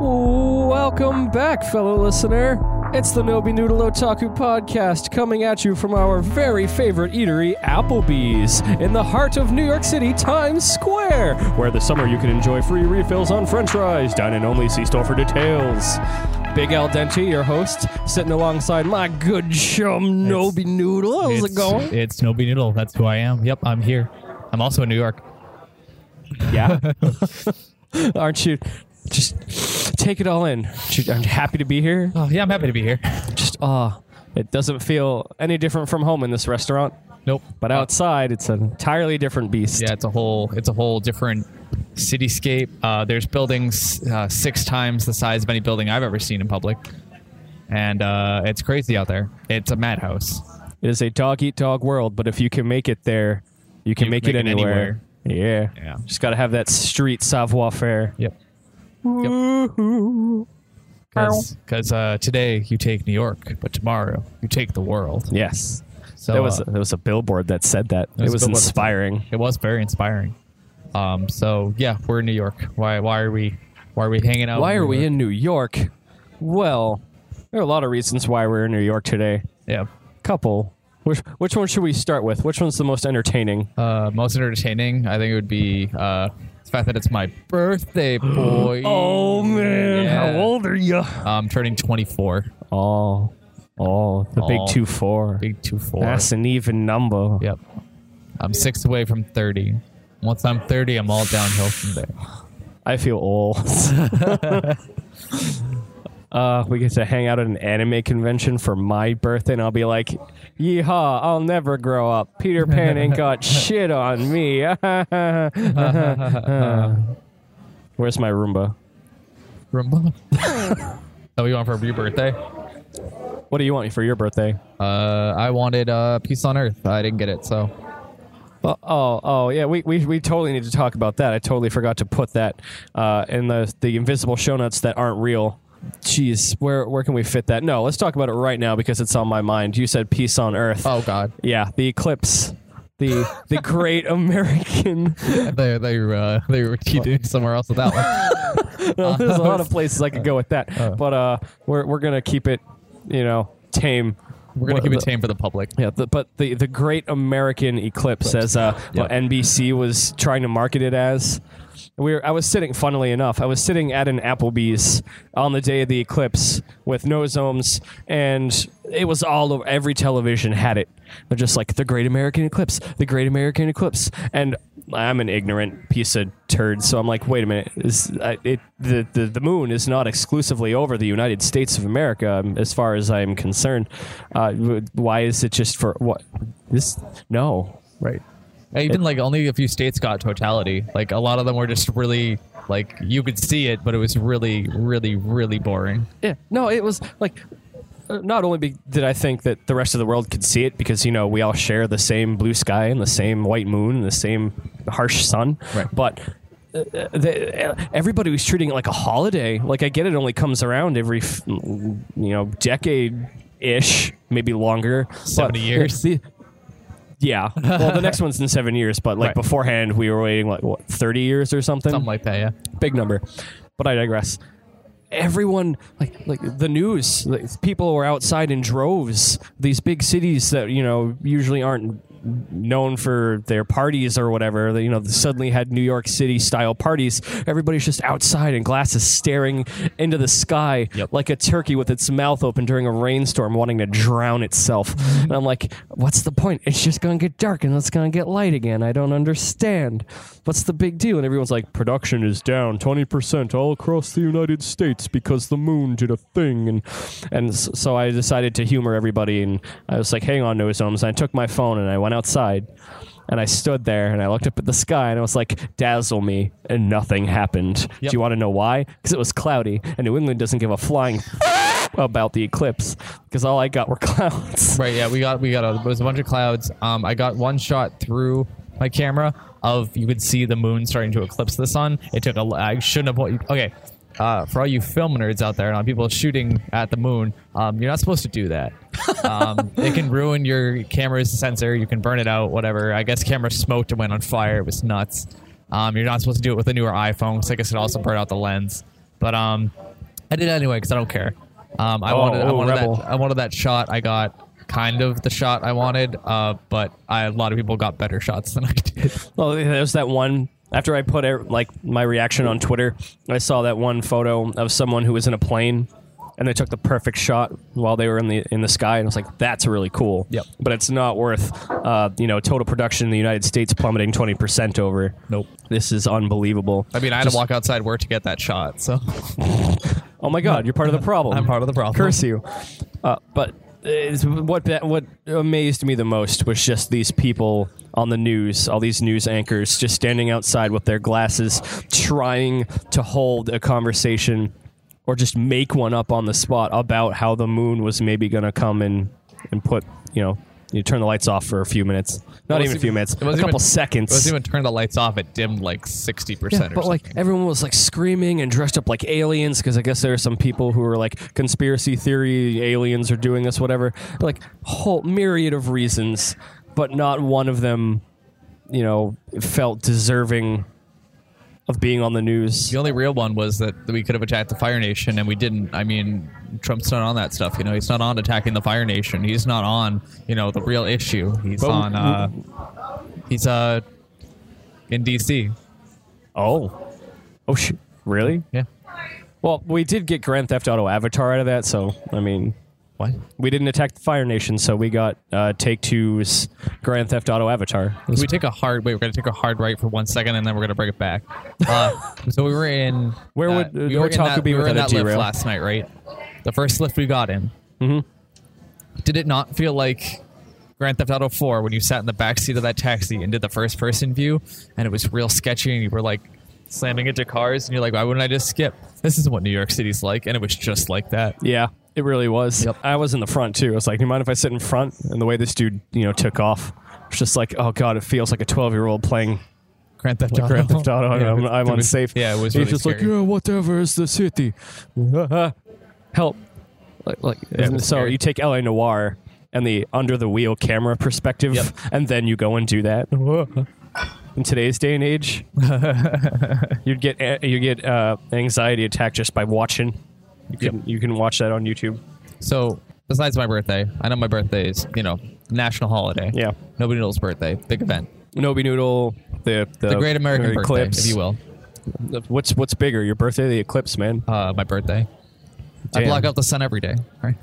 Welcome back, fellow listener. It's the Nobi Noodle Otaku podcast coming at you from our very favorite eatery, Applebee's, in the heart of New York City, Times Square, where this summer you can enjoy free refills on french fries. Dine and only see store for details. Big Al Dente, your host, sitting alongside my good chum, Nobi Noodle. How's it's, it going? It's Nobi Noodle. That's who I am. Yep, I'm here. I'm also in New York. Yeah. Aren't you? Just take it all in. I'm happy to be here. Oh, yeah, I'm happy to be here. Just ah, it doesn't feel any different from home in this restaurant. Nope. But outside, it's an entirely different beast. Yeah, it's a whole it's a whole different cityscape. Uh, there's buildings uh, six times the size of any building I've ever seen in public, and uh, it's crazy out there. It's a madhouse. It is a dog eat dog world. But if you can make it there, you can You make, can it, make it anywhere. Yeah. Yeah. Just got to have that street savoir faire. Yep. Because uh, today you take New York, but tomorrow you take the world. Yes. So there was uh, a, there was a billboard that said that. there It was was a billboard that said- inspiring. it was very inspiring. Um, so yeah, we're in New York. Why why are we why are we hanging out? Why New are we York? in New York? Well, there are a lot of reasons why we're in New York today. Yeah. Couple. Which, which one should we start with? Which one's the most entertaining? Uh, most entertaining, I think it would be uh, the fact that it's my birthday, boy. Oh. man, Yeah. old are you? I'm turning 24. Oh, oh, the big Oh. two four. Big 24. That's an even number. Yep. I'm six away from 30. Once I'm 30, I'm all downhill from there. I feel old. uh, we get to hang out at an anime convention for my birthday, and I'll be like, "Yeehaw! I'll never grow up. Peter Pan ain't got shit on me." Where's my Roomba? Roomba? that what Oh, you want for your birthday? What do you want for your birthday? Uh, I wanted uh, Peace on Earth. I didn't get it, so. Oh, oh, oh, yeah. We, we, we totally need to talk about that. I totally forgot to put that uh, in the the invisible show notes that aren't real. Jeez, where where can we fit that? No, let's talk about it right now because it's on my mind. You said peace on earth. Oh, God. Yeah, the eclipse, the the great American. They, they, were, uh, they were doing somewhere else with that one. Uh-huh. No, there's a lot of places I could go with that, but uh, we're we're gonna keep it, you know, tame. We're going What to keep the- it tame for the public. Yeah, the, but the the Great American Eclipse, as uh, what NBC was trying to market it as. We were, I was sitting, funnily enough, I was sitting at an Applebee's on the day of the eclipse with no zooms, and it was all over. Every television had it. They're just like the Great American Eclipse, the Great American Eclipse, and I'm an ignorant piece of turd, so I'm like, wait a minute, is I, it the, the the moon is not exclusively over the United States of America, um, as far as I am concerned. Uh, w- why is it just for what this? No, Right. Even like only a few states got totality. Like a lot of them were just really like you could see it, but it was really, really, really boring. Yeah. No, it was like uh, not only be, did I think that the rest of the world could see it because you know we all share the same blue sky and the same white moon and the same harsh sun, Right. but. uh, uh, The, uh, everybody was treating it like a holiday. Like I get it, only comes around every f- you know decade ish, maybe longer. Seventy years. The- yeah. Well, the next one's in seven years, but like Right. beforehand, we were waiting like what thirty years or Something like that, yeah. big number but i digress everyone like like the news like, people were outside in droves these big cities that you know usually aren't known for their parties or whatever they, you know suddenly had new york city style parties everybody's just outside in glasses staring into the sky Yep. like a turkey with its mouth open during a rainstorm wanting to drown itself and i'm like what's the point it's just gonna get dark and it's gonna get light again i don't understand what's the big deal and everyone's like production is down 20% all across the united states because the moon did a thing and and s- so i decided to humor everybody and i was like hang on to his arms and i took my phone and i went outside and I stood there and I looked up at the sky and I was like, dazzle me. And nothing happened. Yep. Do you want to know why? Because it was cloudy and New England doesn't give a flying about the eclipse because all I got were clouds. Right, yeah. We got we got a it was a bunch of clouds. Um I got one shot through my camera of you could see the moon starting to eclipse the sun. It took a l- I shouldn't have okay. Uh, for all you film nerds out there and all people shooting at the moon, um, you're not supposed to do that. Um, it can ruin your camera's sensor. You can burn it out, whatever. I guess camera smoked and went on fire. It was nuts. Um, you're not supposed to do it with a newer iPhone because I guess it also burned out the lens. But um, I did anyway because I don't care. Um, I Oh, wanted, I oh, wanted Rebel. that, I wanted that shot. I got kind of the shot I wanted, uh, but I, a lot of people got better shots than I did. Well, there's that one. After I put er- like my reaction on Twitter, I saw that one photo of someone who was in a plane, and they took the perfect shot while they were in the in the sky, and I was like, "That's really cool." Yep. But it's not worth, uh, you know, total production in the United States plummeting twenty percent over. Nope. This is unbelievable. I mean, I had to walk outside work to get that shot, so Oh my God, you're part of the problem. I'm part of the problem. Oh, Curse you. Uh, but it's, what that- what amazed me the most was just these people on the news, all these news anchors, just standing outside with their glasses, trying to hold a conversation or just make one up on the spot about how the moon was maybe going to come and and put you know. You turn the lights off for a few minutes. Not wasn't even a few even- minutes. A it wasn't couple even- seconds. It wasn't even turn the lights off. It dimmed like sixty percent. or But something. like everyone was like screaming and dressed up like aliens because I guess there are some people who are like conspiracy theory aliens are doing this whatever like whole myriad of reasons, but not one of them, you know, felt deserving of being on the news. The only real one was that we could have attacked the Fire Nation and we didn't. I mean, Trump's not on that stuff. You know, he's not on attacking the Fire Nation. He's not on, you know, the real issue. He's But- on. Uh, he's uh, in D.C. Oh, oh, sh- really? Yeah. Well, we did get Grand Theft Auto Avatar out of that, so I mean, What? we didn't attack the Fire Nation, so we got uh, Take Two's Grand Theft Auto Avatar. Can we take a hard wait? We're gonna take a hard right for one second, and then we're gonna bring it back. Uh, so we were in Where uh, would- we where were in Taco that, be we were in without a that lift G-rail? last night, right? The first lift we got in. Mm-hmm. Did it not feel like Grand Theft Auto 4 when you sat in the back seat of that taxi and did the first person view, and it was real sketchy, and you were like slamming into cars, and you're like, why wouldn't I just skip? This is what New York City's like, and it was just like that. Yeah, it really was. Yep. I was in the front too. I was like, "Do you mind if I sit in front?" And the way this dude, you know, took off, it's just like, "Oh God, it feels like a twelve-year-old playing Grand Theft Auto. Grand Theft Auto. Yeah, it I'm, was- I'm it was- unsafe." Yeah, it was. He's Really just like, scary. "Yeah, whatever. It's the city. Help!" Like, like it and was so scary. you take La Noir and the under the wheel camera perspective, Yep. and then you go and do that. In today's day and age, you'd get you get uh, anxiety attack just by watching. You can you can watch that on YouTube. So besides my birthday, I know my birthday is you know national holiday. Yeah. Nobody knows birthday. Big event. Nobi Noodle, the the, The Great American or Birthday, Eclipse, if you will. What's what's bigger, your birthday, or the eclipse, man? Uh, my birthday. I Damn. block out the sun every day. Right?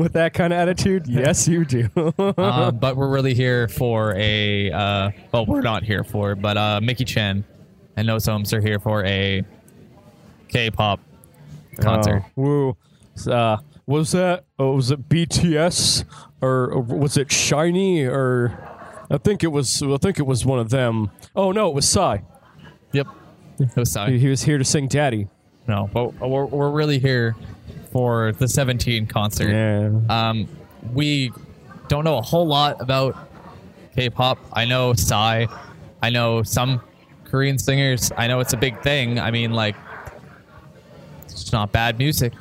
With that kind of attitude, yes, you do. um, but we're really here for a. Uh, well, we're not here for, but uh, Mickey Chen and No Soames are here for a K-pop concert. Oh, woo. Uh, was that? Oh, was it BTS or, or was it Shiny or? I think it was. I think it was one of them. Oh no, it was Psy. Yep. No, sorry. He, he was here to sing "Daddy." No, but we're, we're really here for the 17 concert. Yeah. Um, we don't know a whole lot about K-pop. I know Psy. I know some Korean singers. I know it's a big thing. I mean, like, it's not bad music.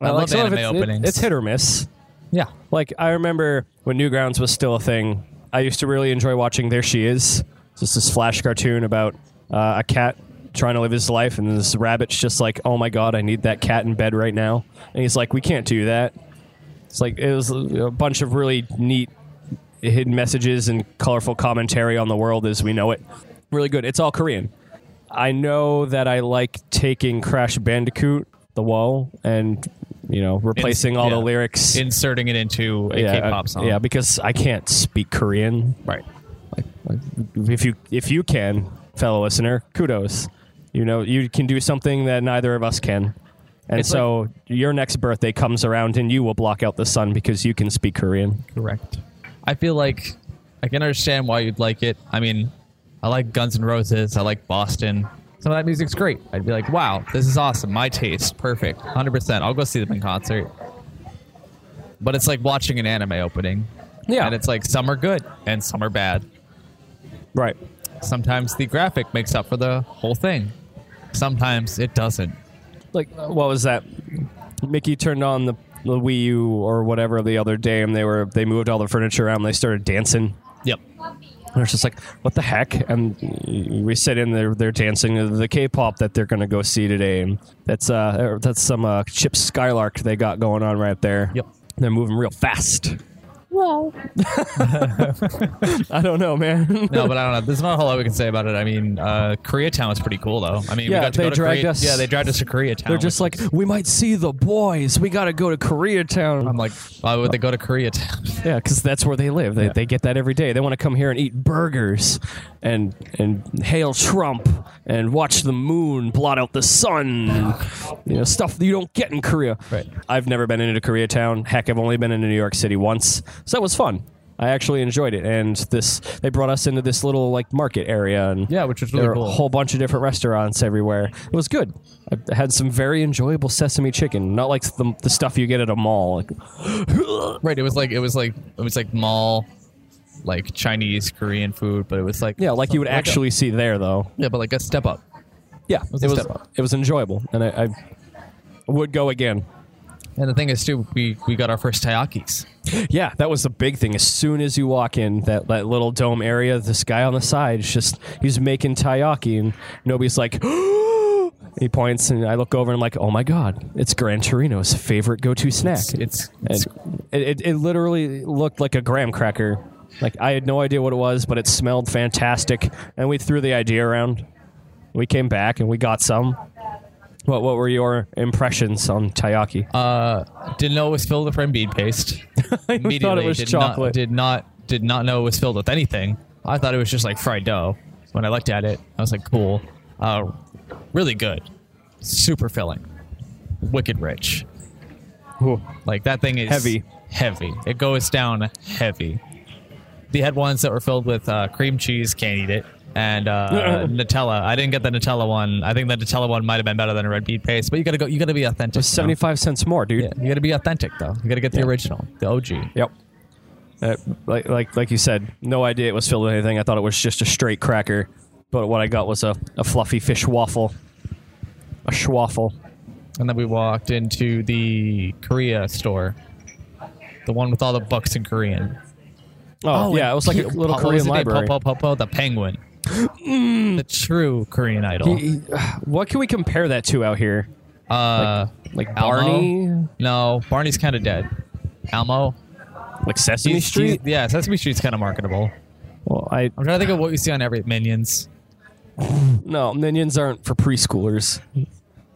I Like, love some of anime it's- it- openings. it's hit or miss. Yeah. Like I remember when Newgrounds was still a thing, I used to really enjoy watching There She Is. It's just this flash cartoon about uh, a cat trying to live his life, and this rabbit's just like, "Oh my god, I need that cat in bed right now," and he's like, "We can't do that." It's like it was a bunch of really neat hidden messages and colorful commentary on the world as we know it. Really good. It's all Korean. I know that I like taking Crash Bandicoot, the wall, and you know replacing all the yeah. lyrics Inserting it into a pop song. yeah, because I can't speak Korean. Right. If you if you can, fellow listener, kudos. You know, you can do something that neither of us can. And It's so your next birthday comes around and you will block out the sun because you can speak Korean. Correct. I feel like I can understand why you'd like it. I mean, I like Guns N' Roses. I like Boston. Some of that music's great. I'd be like, wow, this is awesome. My taste, perfect, hundred percent. I'll go see them in concert. But it's like watching an anime opening, Yeah. and it's like some are good and some are bad. right. Sometimes the graphic makes up for the whole thing. Sometimes it doesn't. Like uh, what was that? Mickey turned on the, the Wii U or whatever the other day and they were they moved all the furniture around and they started dancing. Yep. And it's just like, what the heck? And we sit in there, they're dancing the K-pop that they're gonna go see today. And that's uh, er, that's some uh, Chip Skylark they got going on right there. Yep. they're moving real fast. Whoa! I don't know, man. No, but I don't know. There's not a whole lot we can say about it. I mean, uh, Koreatown was pretty cool, though. I mean, Yeah, we got to they go to dragged Korea- us- Yeah, they dragged us to Koreatown. They're just which like, we might see the boys. We gotta go to Koreatown. I'm like, why would they go to Koreatown? Yeah, because that's where they live. They, they get that every day. They want to come here and eat burgers, and and hail Trump, and watch the moon blot out the sun. You know stuff that you don't get in Korea. Right. I've never been into Koreatown. Heck, I've only been into New York City once, so that was fun. I actually enjoyed it, and this they brought us into this little like market area, and Yeah, which was there really were a cool. whole bunch of different restaurants everywhere. It was good. I had some very enjoyable sesame chicken, not like the, the stuff you get at a mall. Like, right. It was like it was like it was like mall, like Chinese Korean food, but it was like yeah, like you would Like a- actually see there though. yeah, but like a step up. Yeah, was it a was step up. it was enjoyable, and I, I would go again. And the thing is, too, we we got our first taiyakis. Yeah, that was the big thing. As soon as you walk in that, that little dome area, this guy on the side is just he's making taiyaki, and nobody's like. He points, and I look over and I'm like, "Oh my God! It's Gran Torino's favorite go-to snack." It's it's, And it's it, it, it literally looked like a graham cracker. Like I had no idea what it was, but it smelled fantastic. And we threw the idea around. We came back and we got some. What what were your impressions on taiyaki? didn't know it was filled with Embiid paste. Immediately, was did chocolate. Not, did not did not know it was filled with anything. I thought it was just like fried dough. When I looked at it, I was like, cool, uh, really good, super filling, wicked rich. Like that thing is Heavy. heavy. It goes down heavy. They had ones that were filled with uh, cream cheese. Can't eat it. And uh, Nutella. I didn't get the Nutella one. I think the Nutella one might have been better than a red beet paste. But you gotta go. You gotta be authentic. you know? Seventy five cents more, dude. Yeah, you got to be authentic though. You got to get the Yeah. original, the OG. Yep. Uh, like like like you said, no idea it was filled with anything. I thought it was just a straight cracker, but what I got was a, a fluffy fish waffle, a schwaffle. And then we walked into the Korea store, the one with all the books in Korean. Oh, yeah, and it was like a Pe- little what Korean was the name? library. Mm. Popo Popo, the penguin, the true Korean idol. What can we compare that to out here? uh, like Elmo? Barney? No, Barney's kind of dead. Elmo. Like Sesame He's- Street? he's- yeah, Sesame Street's kind of marketable. Well, I I'm trying to think of what you see on every Minions. no minions aren't for preschoolers.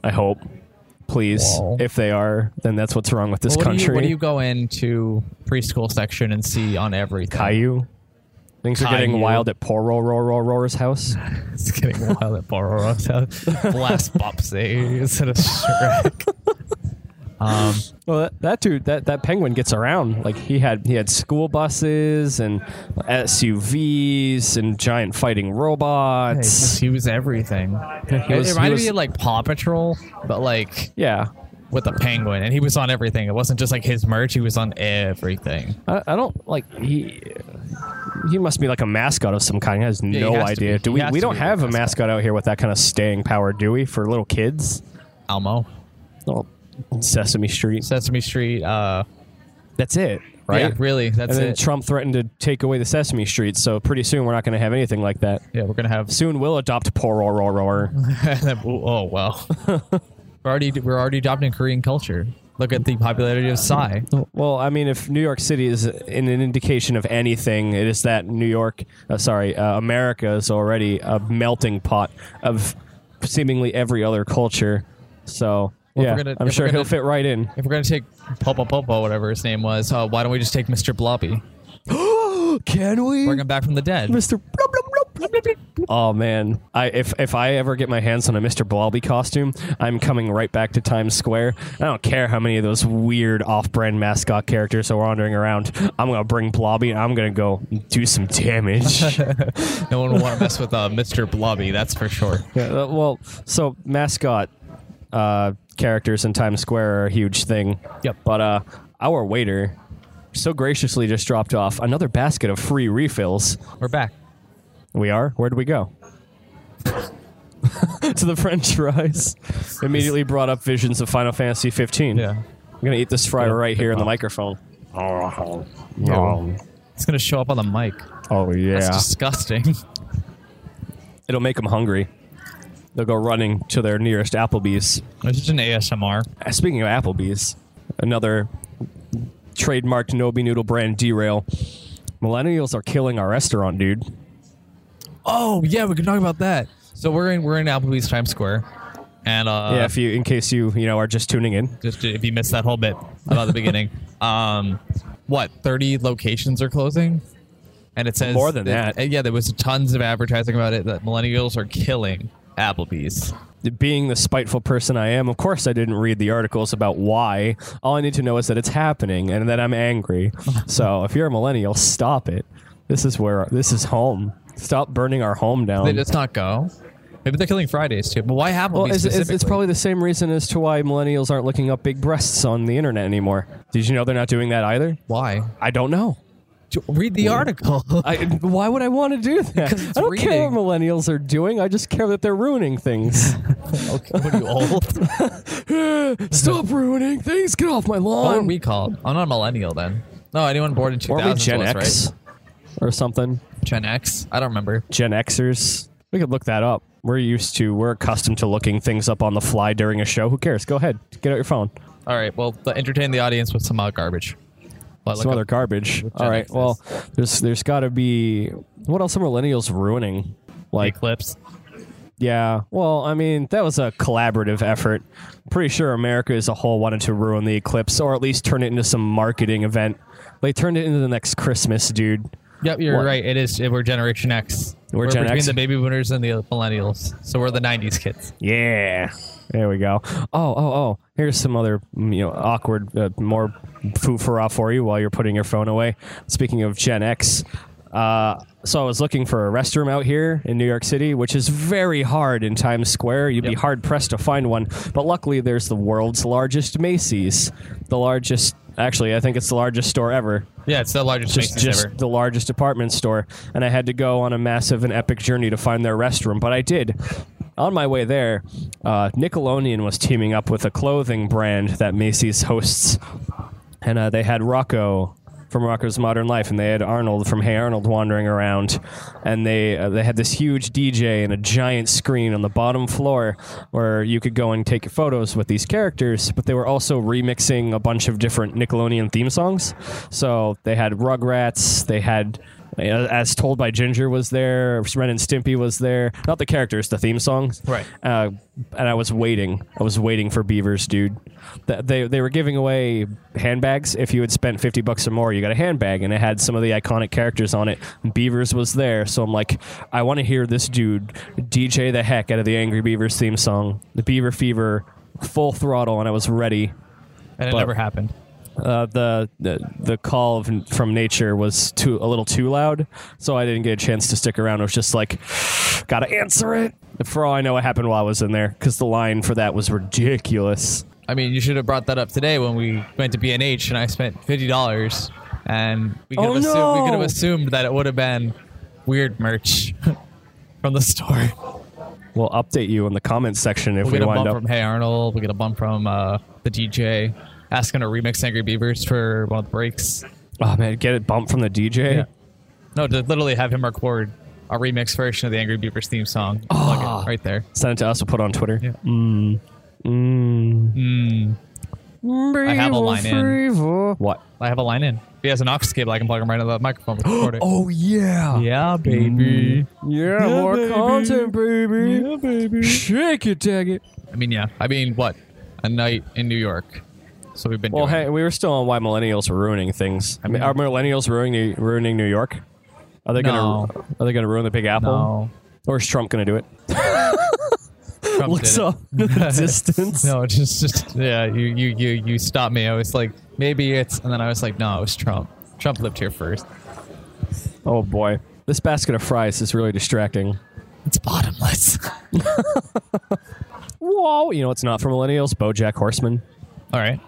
I hope. Please, Well. if they are, then that's what's wrong with this What do, country. you, what do you go into preschool section and see on everything? Caillou. Things are getting Caillou. wild at poor Roar Roar Roar Roar's house. It's getting wild at Bororo's house. Blast Bopsy instead of Shrek. um, Well, that, that dude, that, that penguin gets around. Like he had he had school buses and SUVs and giant fighting robots. he was everything. he was- it he reminded was- me of like Paw Patrol, but like yeah, with a penguin, and he was on everything. It wasn't just like his merch; he was on everything. I, I don't like he. He must be like a mascot of some kind. He has he no has to idea. be. Do He we? has We to don't be a have a mascot. mascot out here with that kind of staying power, do we? For little kids, Elmo, little Sesame Street. Sesame Street, uh, That's it, right? Yeah, really, that's and then it. Trump threatened to take away the Sesame Street, so pretty soon we're not going to have anything like that. yeah, we're gonna have. Soon we'll adopt poor or or or. oh well, we're already we're already adopting Korean culture. Look at the popularity of Psy. Well, I mean, if New York City is in an indication of anything, it is that New York, uh, sorry, uh, America is already a melting pot of seemingly every other culture. So, Well, if yeah, we're gonna- I'm if sure we're he'll gonna- fit right in. If we're gonna take Popo Popo, whatever his name was, uh, why don't we just take Mr. Blobby? Can we? Bring him back from the dead. Mr. Oh man, I if if I ever get my hands on a Mr. Blobby costume, I'm coming right back to Times Square. I don't care how many of those weird off-brand mascot characters are wandering around. I'm gonna bring Blobby. and I'm gonna go do some damage. Uh, No one will want to mess with uh, Mr. Blobby, that's for sure. Yeah, uh, well, so mascot uh, characters in Times Square are a huge thing. Yep. But uh, our waiter so graciously just dropped off another basket of free refills. We're back. We are. Where'd we go? to the French fries. Immediately brought up visions of Final Fantasy 15. Yeah. I'm gonna eat this fry right here in the microphone. Oh. Um, It's going to show up on the mic. Oh yeah, It's disgusting. it'll make them hungry. They'll go running to their nearest Applebee's. It's just an ASMR. Uh, Speaking of Applebee's, another trademarked Nobi Noodle brand derail. Millennials are killing our restaurant, dude. Oh yeah, we can talk about that. So we're in we're in Applebee's Times Square, and uh, yeah, if you, in case you, you know, are just tuning in. just if you missed that whole bit about the beginning, um, what thirty locations are closing, and it says More than that. uh, yeah, there was tons of advertising about it that millennials are killing Applebee's. Being the spiteful person I am, of course I didn't read the articles about why. All I need to know is that it's happening and that I'm angry. so if you're a millennial, stop it. This is where this is home. Stop burning our home down. They just not go. Maybe they're killing Fridays too. But why Applebee's Um, Well, it's, it's, it's specifically? probably the same reason as to why millennials aren't looking up big breasts on the internet anymore. Did you know they're not doing that either? why. I don't know. J- Read the article. I, why would I want to do that? Because it's I don't care what reading. millennials are doing. I just care that they're ruining things. okay, what are you old? Stop ruining things. Get off my What lawn. are we called? I'm not a millennial then. No, anyone born in 2000 Weren't we Gen was, X or something? right? Gen X. I don't remember. Gen Xers. We could look that up. We're used to, we're accustomed to looking things up on the fly during a show. Who cares? Go ahead. Get out your phone. All right. Well, th- entertain the audience with some uh, garbage. Well, some look other up- garbage. All Gen right. Xs. Well, there's there's got to be what else are millennials ruining? Like, Eclipse. yeah. Well, I mean, that was a collaborative effort. Pretty sure America as a whole wanted to ruin the eclipse, or at least turn it into some marketing event. They turned it into the next Christmas, dude. Yep, you're What? right. It is. We're Generation X. We're Gen between X. the baby boomers and the millennials. So we're the 90s kids. Yeah. There we go. Oh, oh, oh. Here's some other, mm, you know, awkward, uh, more foo for for you while you're putting your phone away. Speaking of Gen X, uh, so I was looking for a restroom out here in New York City, which is very hard in Times Square. You'd be Yep. hard pressed to find one. But luckily, there's the world's largest Macy's, the largest. Actually, I think it's the largest store ever Yeah, it's the largest just, Macy's just ever. the largest department store, and I had to go on a massive and epic journey to find their restroom, but I did. On my way there, uh, Nickelodeon was teaming up with a clothing brand that Macy's hosts, and uh, they had Rocco from Rocco's Modern Life, and they had Arnold from Hey Arnold wandering around, and they uh, they had this huge DJ and a giant screen on the bottom floor where you could go and take photos with these characters. But they were also remixing a bunch of different Nickelodeon theme songs. So they had Rugrats, they had. uh, As told by Ginger was there, Ren and Stimpy was there. Not the characters, the theme songs. Right. Uh, and I was waiting. I was waiting for Beavers, dude. Th- They they were giving away handbags. If you had spent fifty bucks or more, you got a handbag, and it had some of the iconic characters on it. Beavers was there, so I'm like, I want to hear this dude DJ the heck out of the Angry Beavers theme song, the Beaver Fever, full throttle, and I was ready. And it but- never happened. Uh, the, the the call of, from nature was too a little too loud, so I didn't get a chance to stick around. I was just like, gotta answer it. For all I know, it happened while I was in there because the line for that was ridiculous. I mean, you should have brought that up today when we went to BNH and I spent $50 and we could, Oh, have, assumed, we could no. have assumed that it would have been weird merch from the store. We'll update you in the comments section if We'll we get a wind bump up. from Hey Arnold. We'll get a bump from uh, the DJ asking to remix Angry Beavers for one of the breaks. oh man, get it bumped from the DJ. Yeah. No, to literally have him record a remix version of the Angry Beavers theme song. Plug it Ah. right there. Send it to us. We'll put it on Twitter. Yeah. Mm. I have a line in. in. What? I have a line in. If he has an aux cable, I can plug him right into the microphone. and Record it. Mm. Oh yeah. yeah, baby. Yeah, Yeah, more baby. content, baby. baby. Shake it, tag it. I mean, yeah. I mean, what? A night in New York. So we've been. Well, doing hey, we were still on why millennials are ruining things. I mean, Mm-hmm. are millennials ruining ruining New York? Are they No. gonna Are they gonna ruin the Big Apple? No. Or is Trump gonna do it? Trump Looks did it. up into the distance. No, just, just yeah. You, you, you, you stopped me. I was like, maybe it's, and then I was like, no, it was Trump. Trump lived here first. Oh boy, this basket of fries is really distracting. It's bottomless. Whoa, you know it's not for millennials. BoJack Horseman. All right,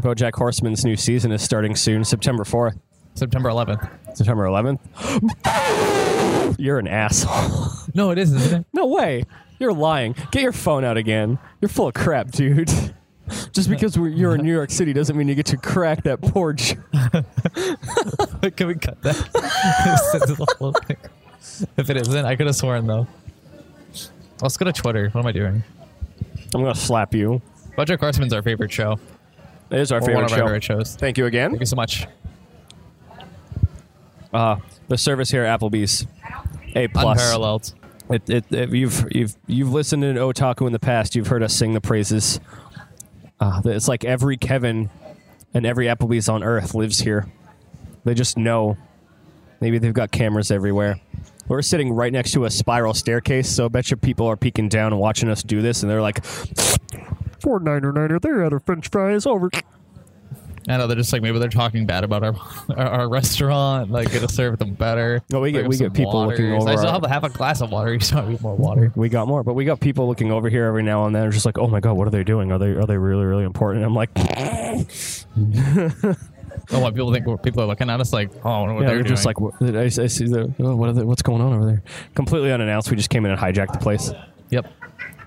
BoJack Horseman's new season is starting soon, September fourth, September 11th. September eleventh. You're an asshole. No, it isn't. Is it? No way. You're lying. Get your phone out again. You're full of crap, dude. Just because we're, you're in New York City doesn't mean you get to crack that porch. Can we cut that? Send it the whole thing. If it isn't, I could have sworn though. Let's go to Twitter. What am I doing? I'm gonna slap you. Budget Cartman's our favorite show. It is our Or one favorite of our show. favorite shows. Thank Thank you again. you so much. Uh, the service here, at Applebee's, a plus. Unparalleled. It, it, it, you've you've you've listened to Otaku in the past. You've heard us sing the praises. Uh, it's like every Kevin and every Applebee's on Earth lives here. They just know. Maybe they've got cameras everywhere. We're sitting right next to a spiral staircase, so I bet you people are peeking down and watching us do this, and they're like, four niner niner, they're out of French fries over." I know they're just like maybe they're talking bad about our our, our restaurant. Like gonna serve them better. No, we get- Bring we some get people looking waters. I over still our- have a half a glass of water. You still need more water. We got more, but we got people looking over here every now and then, just like, "Oh my god, what are they doing? Are they are they really really important?" I'm like, I don't want people to think people are looking at us like, oh, I wonder what Yeah, they're they're just doing. like, "Wh- I, I see the, oh, what are the, what's going on over there? Completely unannounced. We just came in and hijacked the place. yep.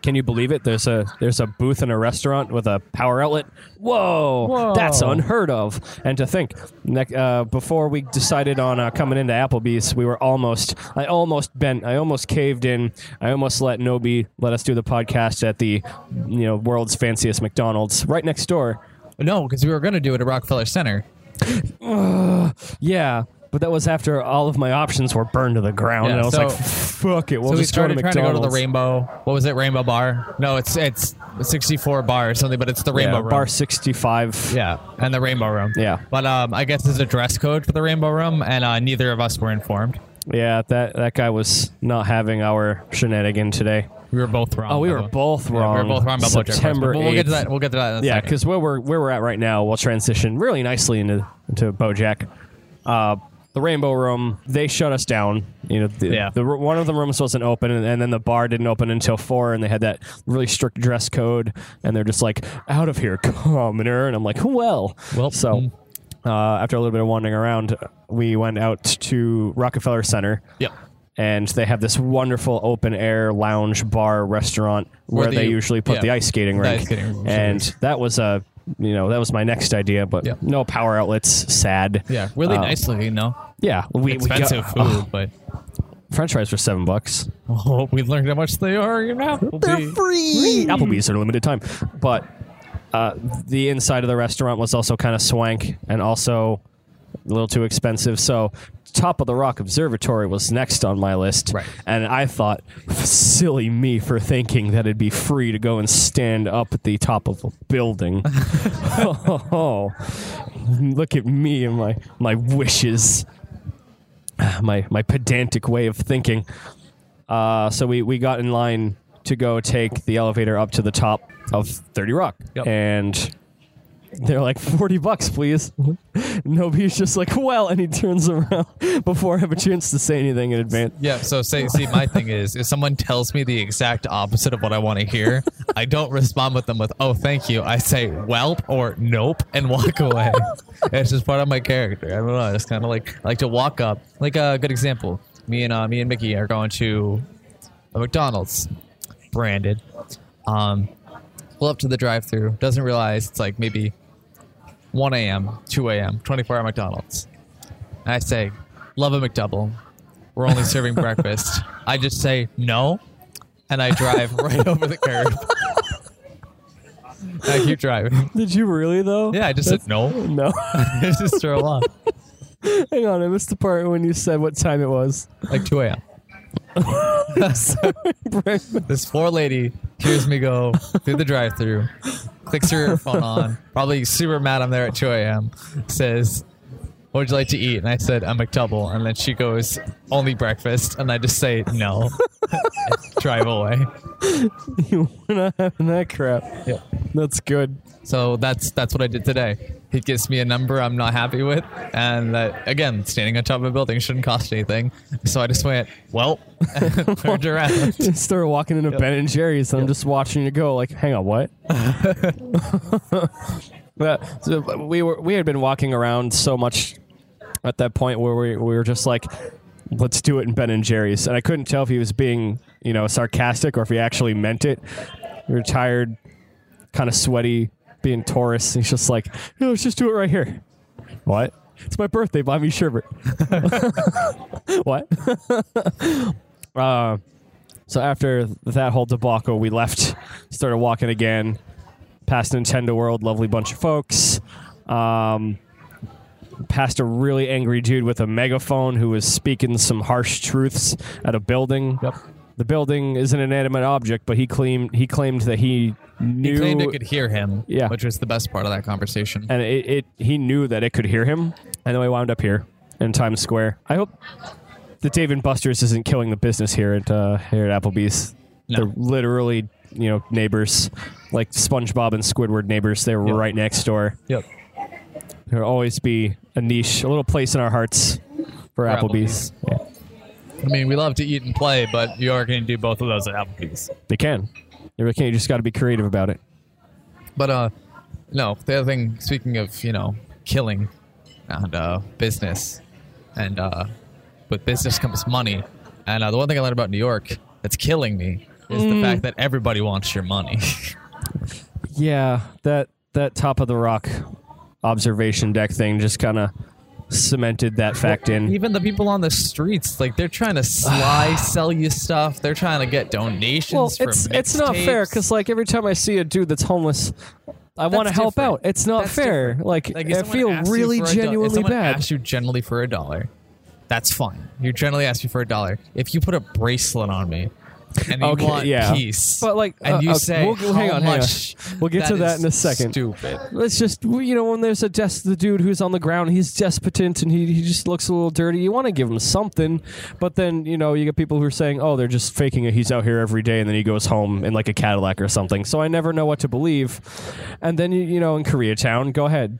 Can you believe it? There's a there's a booth in a restaurant with a power outlet. Whoa, that's Whoa. unheard of. And to think, nec- uh, before we decided on uh, coming into Applebee's, we were almost I almost bent, I almost caved in, I almost let Nobi let us do the podcast at the you know world's fanciest McDonald's right next door. No, because we were gonna do it at Rockefeller Center. Yeah. But that was after all of my options were burned to the ground, Yeah, and I was so- like, "Fuck it, we'll so we just go to started trying McDonald's." to go to the Rainbow. What was it? Rainbow Bar? No, it's it's 64 Bar or something, but it's the Rainbow Yeah, Room. bar 65. Yeah, and the Rainbow Room. Yeah. But um, I guess there's a dress code for the Rainbow Room, and uh, neither of us were informed. Yeah, that that guy was not having our shenanigan today. We were both wrong. Oh, we by were the way. both Yeah, wrong. we were both wrong about Bojack Horseman, September but We'll get to 8th. that. We'll get to that. In a Yeah, second. because where we're where we're at right now, we'll transition really nicely into into BoJack. Uh, the Rainbow Room, they shut us down. You know, the, Yeah. the, one of the rooms wasn't open, and, and then the bar didn't open until four, and they had that really strict dress code, and they're just like, "Out of here, commoner!" And I'm like, "Well, Well, so." mm. Uh, after a little bit of wandering around, we went out to Rockefeller Center Yep. and they have this wonderful open air lounge bar restaurant where, Where they they- usually put yeah, the ice skating the rink. ice skating rink. and that was a you know that was my next idea, but Yeah. no power outlets. Sad. Yeah, really Uh, nice looking. No, Yeah, we, we got- expensive food, Ugh, but French fries for seven bucks. oh, we learned how much they are. You know, free. Applebee's are limited time, but uh, the inside of the restaurant was also kind of swank and also a little too expensive. So, Top of the Rock Observatory was next on my list, Right. and I thought, silly me for thinking that it'd be free to go and stand up at the top of a building. oh, look at me and my my wishes, my my pedantic way of thinking. Uh, so we, we got in line to go take the elevator up to the top of 30 Rock. Yep. And they're like, 40 bucks, please. Nobody's just like, well, and he turns around before I have a chance to say anything in advance. Yeah. So say, see, my thing is, if someone tells me the exact opposite of what I want to hear, I don't respond with them with "Oh, thank you." I say "Welp" or "Nope" and walk away. it's just part of my character. I don't know. It's kind of like I like to walk up. Like uh, a good example, me and uh, me and Mickey are going to a McDonald's, branded. Um, pull up to the drive-through. Doesn't realize it's like maybe 1 a.m., 2 a.m., 24-hour McDonald's. I say, "Love a McDouble." we're only serving breakfast. I just say no, and I drive right over the curb. I keep driving. Did you really, though? Yeah, I just said no. No. I just drove off Hang on, I missed the part when you said what time it was. like 2 a.m. Breakfast. This poor lady hears me go through the drive-through, clicks her phone on, probably super mad I'm there at 2 a.m. Says, "What would you like to eat?" And I said, "A McDouble." And then she goes, "Only breakfast," and I just say no, drive away. you were not having that crap. Yeah. That's good. So that's that's what I did today. He gives me a number I'm not happy with, and that again, standing on top of a building shouldn't cost anything. So I just went, well, turned around. Just Start walking into Ben and Jerry's, and I'm just watching you go. Like, hang on, what? but so we were we had been walking around so much at that point where we, we were just like, let's do it in Ben and Jerry's, and I couldn't tell if he was being you know sarcastic or if he actually meant it. We were tired, kind of sweaty. being Taurus. And he's just like, "No, let's just do it right here. What? It's my birthday. Buy me sherbet. what? uh, so after that whole debacle, we left, started walking again, past Nintendo World. Lovely bunch of folks. Um, past a really angry dude with a megaphone who was speaking some harsh truths at a building. Yep. The building is an inanimate object, but he claimed he claimed that he knew He claimed it could hear him, Yeah. which was the best part of that conversation. and it, it he knew that it could hear him, and then we wound up here in Times Square. I hope the Dave and Buster's isn't killing the business here at uh, here at Applebee's. No. They're literally you know neighbors, like SpongeBob and Squidward neighbors. They were Yep. right next door. Yep. There'll always be a niche, a little place in our hearts for Applebee's. Yeah, I mean, we love to eat and play, but you are going to do both of those at Applebee's. they can. You really can. You just got to be creative about it. But uh, no. The other thing, speaking of you know killing and uh, business, and uh, with business comes money. And uh, the one thing I learned about New York that's killing me is the Mm. fact that everybody wants your money. Yeah, that that top of the rock observation deck thing just kind of cemented that fact in. Even the people on the streets, like they're trying to sly sell you stuff. They're trying to get donations. well, for it's it's not fair mixtapes. because like every time I see a dude that's homeless, I want to That's help different. out. It's not That's fair. different. Like, if I someone feel asks you really for a do- if genuinely someone bad. asks you generally for a dollar, that's fine. You generally ask you for a dollar. If you put a bracelet on me and you Okay, want yeah. peace, But, like, uh, and you okay, say, we'll- how hang on, hang on. much We'll get to that is in a second. Stupid. Let's just you know when there's a des- the dude who's on the ground, he's despotent and he, he just looks a little dirty. You want to give him something, but then you know you get people who are saying, oh, they're just faking it. He's out here every day, and then he goes home in like a Cadillac or something. So I never know what to believe. And then you you know in Koreatown, go ahead.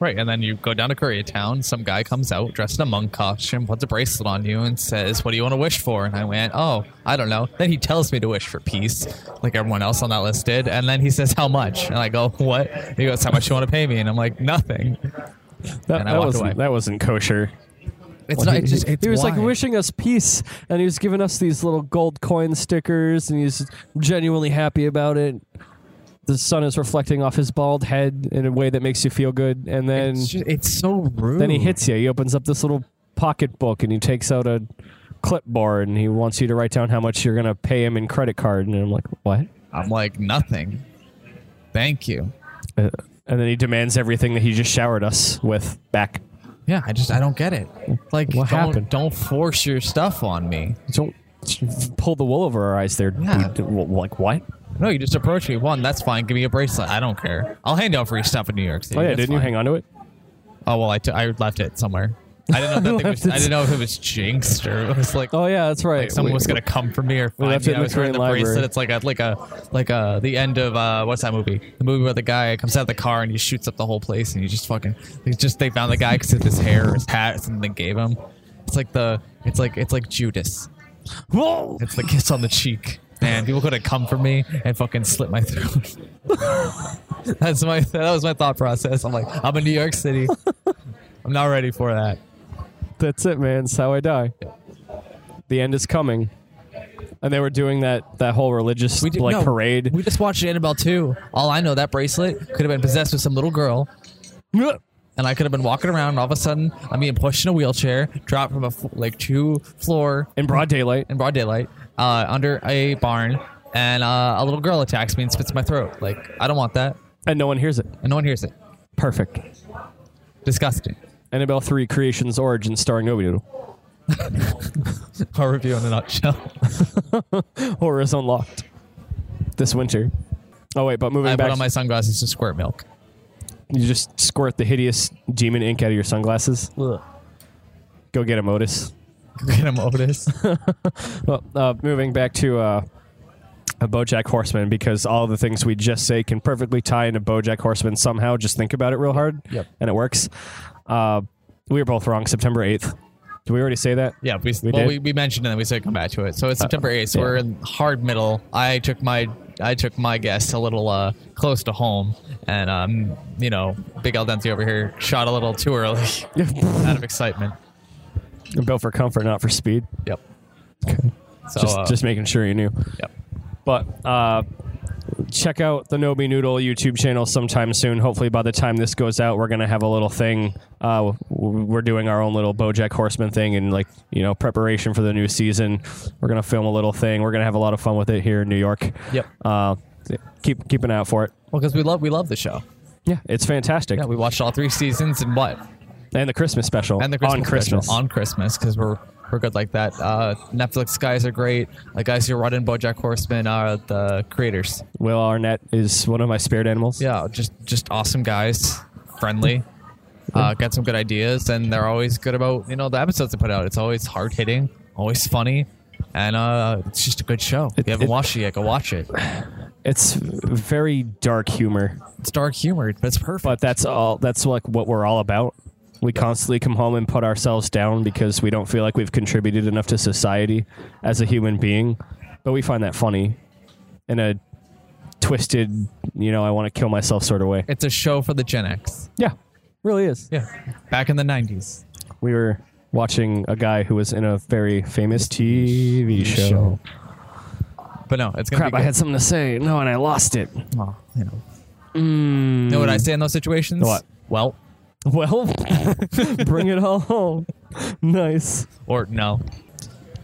Right, and then you go down to Koreatown. Some guy comes out dressed in a monk costume, puts a bracelet on you, and says, "What do you want to wish for?" And I went, "Oh, I don't know." Then he tells me to wish for peace, like everyone else on that list did. And then he says, "How much?" And I go, "What?" He goes, "How much you want to pay me?" And I'm like, "Nothing." That, And that I walked wasn't away. that wasn't kosher. It's Well, not. he, it's just. he- It's he was like wild. wishing us peace, and he was giving us these little gold coin stickers, and he's genuinely happy about it. The sun is reflecting off his bald head in a way that makes you feel good, and then It's, ju- it's so rude. then he hits you. He opens up this little pocketbook, and he takes out a clipboard, and he wants you to write down how much you're gonna pay him in credit card. And I'm like, what? I'm like nothing. Thank you. Uh, And then he demands everything that he just showered us with back. Yeah, I just I don't get it. Like What don't, happened? Don't force your stuff on me. Don't pull the wool over our eyes, there. Yeah. dude. Like what? No, you just approach me. One, that's fine. Give me a bracelet. I don't care. I'll hand out free stuff in New York City. Oh yeah, That's didn't you fine. hang on to it? Oh well, I, t- I left it somewhere. I didn't know if that thing was, I Left it- didn't know if it was jinxed or it was like Oh yeah, that's right. like someone We- was gonna come for me or find left me. it in I the was wearing the Korean bracelet. library. It's like a like a like a the end of uh what's that movie? The movie where the guy comes out of the car and he shoots up the whole place and he just fucking they just they found the guy because of his hair or his hat and something they gave him. It's like the it's like it's like Judas. Whoa! It's the kiss on the cheek. Man, people could have come for me and fucking slit my throat. That's my that was my thought process. I'm like, I'm in New York City. I'm not ready for that. That's it, man. It's how I die. The end is coming. And they were doing that that whole religious We did, like no, parade. We just watched Annabelle 2. All I know, that bracelet could have been possessed with some little girl, and I could have been walking around. And all of a sudden, I'm being pushed in a wheelchair, dropped from a f- like two floor in broad daylight. in broad daylight uh, under a barn, and uh, a little girl attacks me and spits in my throat. Like I don't want that, And no one hears it. and no one hears it. Perfect. Disgusting. Annabelle 3 Creation's Origin starring Obi Doodle. Our review in a nutshell. Horror is unlocked. This winter. Oh wait, but moving I put back on my sunglasses to squirt milk. you just squirt the hideous demon ink out of your sunglasses. Go get him, Otis. Get him Otis. Well, uh, moving back to uh, a BoJack Horseman because all the things we just say can perfectly tie into BoJack Horseman somehow. Just think about it real hard, Yep. and it works. Uh, we were both wrong. September eighth. Did we already say that? Yeah, we, We well, did? Uh, we, we mentioned it and we said come back to it. So it's September 8th. So yeah. We're in hard middle. I took my I took my guess a little uh, close to home, and um, you know, Big El Dente over here shot a little too early out of excitement. I'm built for comfort, not for speed. Yep. Okay. So just, Oh, uh, just making sure you knew. yep. But uh, check out the Nobi Noodle YouTube channel sometime soon. Hopefully, by the time this goes out, we're gonna have a little thing. Uh, w- we're doing our own little BoJack Horseman thing, and like you know, preparation for the new season. We're gonna film a little thing. We're gonna have a lot of fun with it here in New York. Yep. Uh, keep keep an eye out for it. Well, because we love we love the show. Yeah, it's fantastic. Yeah, we watched all three seasons and what and the Christmas special. and the Christmas on Christmas. special on Christmas because we're we're good like that. Uh, Netflix guys are great. The guys who are running BoJack Horseman are the creators. Will Arnett is one of my spirit animals. Yeah, just just awesome guys, friendly. Uh, got some good ideas, and they're always good about you know the episodes they put out. It's always hard hitting, always funny, and uh, it's just a good show. if you haven't it- watched it yet, go watch it. It's very dark humor. It's dark humor, but it's perfect. but that's all that's like what we're all about we constantly come home and put ourselves down because we don't feel like we've contributed enough to society as a human being but we find that funny in a twisted you know i want to kill myself sort of way it's a show for the Gen X. yeah really is Yeah, back in the '90s. we were watching a guy who was in a very famous tv show, But no, it's gonna crap be i good. had something to say no and i lost it Well, you know. Know what I say in those situations? What? Hmm. Well, well bring it all home nice or no.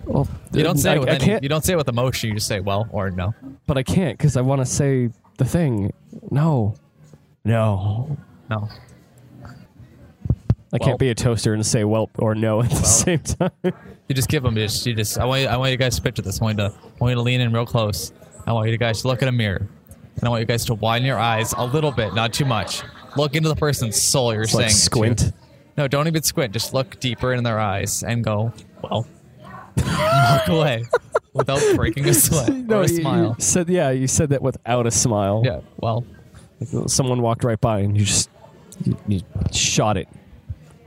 well, You don't say I, it with I any, can't- you don't say it with emotion. You just say well or no. but I can't because I want to say the thing. No, no, No. I Well. can't be a toaster and say "welp" or "no" at the same time. You just give them. You just, you just. I want. You, I want you guys to picture this. I want you to. I want you to lean in real close. I want you guys to look in a mirror, and I want you guys to widen your eyes a little bit, not too much. Look into the person's soul. You're saying like it to. squint. No, don't even squint. Just look deeper in their eyes and go well. walk away without breaking a sweat or you, a smile. You said yeah. You said that without a smile. yeah. Well. Like, someone walked right by and you just you, you shot it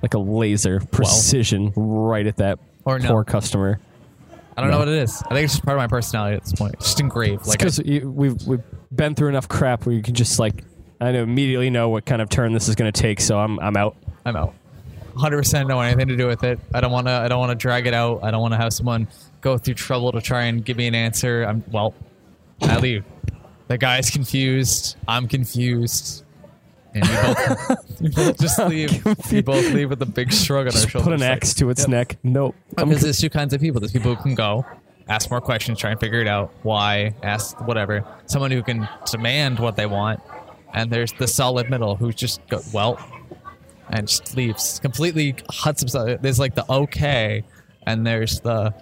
like a laser, precision, right at that Or no. poor customer. I don't know what it is. I think it's just part of my personality at this point. It's just engraved. Like Because we've we've been through enough crap where you can just like I know immediately know what kind of turn this is going to take. So I'm I'm out. I'm out. 100% don't want anything to do with it. I don't want to. I don't want to drag it out. I don't want to have someone go through trouble to try and give me an answer. I'm well. I leave. The guy's confused. I'm confused. And we both, we both just leave. We both leave with a big shrug on our Just shoulders. put an like, ax to its neck. Nope. I'm Because there's two kinds of people. There's people who can go, ask more questions, try and figure it out, why, ask whatever. Someone who can demand what they want, and there's the solid middle who just go well, and just leaves completely huts himself. There's like the okay, and there's the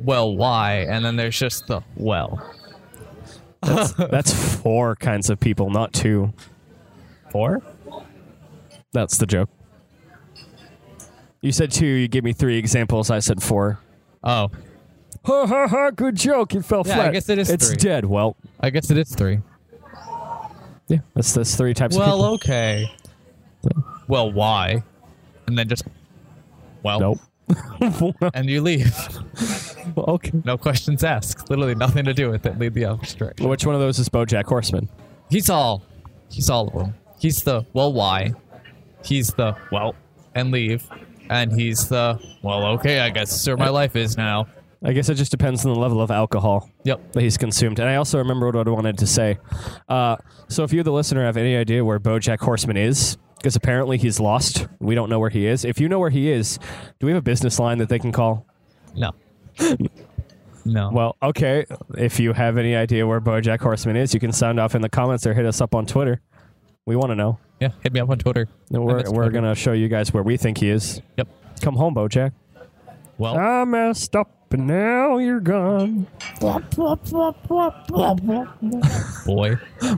well why, and then there's just the well That's four kinds of people, not two. four. That's the joke. You said two, you gave me three examples. I said four. Oh, Ha ha ha, good joke. You fell Yeah, I flat. guess it is It's three. dead. Well, I guess it is three. yeah, that's, that's three types Well, of okay. Well, why, and then just well, people. Nope. and you leave. okay. No questions asked. Literally nothing to do with it. Lead the opposite direction. Which one of those is Bojack Horseman? He's all. He's all of them. He's the well, why? He's the well, and leave. And he's the well, okay, I guess this is where my life is now. I guess it just depends on the level of alcohol. Yep. that he's consumed. And I also remember what I wanted to say. Uh, so if you, the listener, have any idea where BoJack Horseman is, because apparently he's lost, we don't know where he is. If you know where he is, do we have a business line that they can call? No. No. Well, okay. If you have any idea where BoJack Horseman is, you can sound off in the comments or hit us up on Twitter. We want to know. yeah. Hit me up on Twitter. And We're, That's we're Twitter. going to show you guys where we think he is. Yep. Come home, BoJack. Well. I messed up and now you're gone. boy.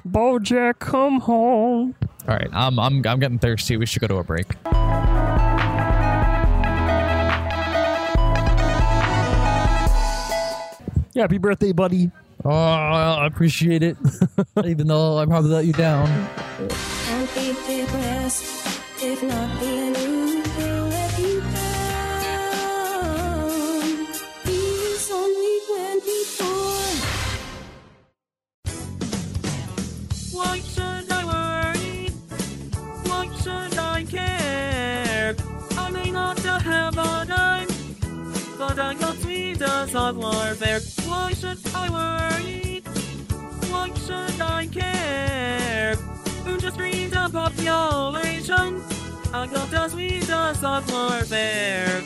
BoJack, come home. All right. I'm I'm I'm getting thirsty. We should go to a break. Happy birthday, buddy. Oh, I appreciate it. Even though I probably let you down. Can't be depressed if not being you will let you down. He's only 24. Why should I worry? Why should I care? I may not have a dime, but I got three dozen warfare. Why should I worry? Why should just dreamed of population. I got the sweetest of warfare.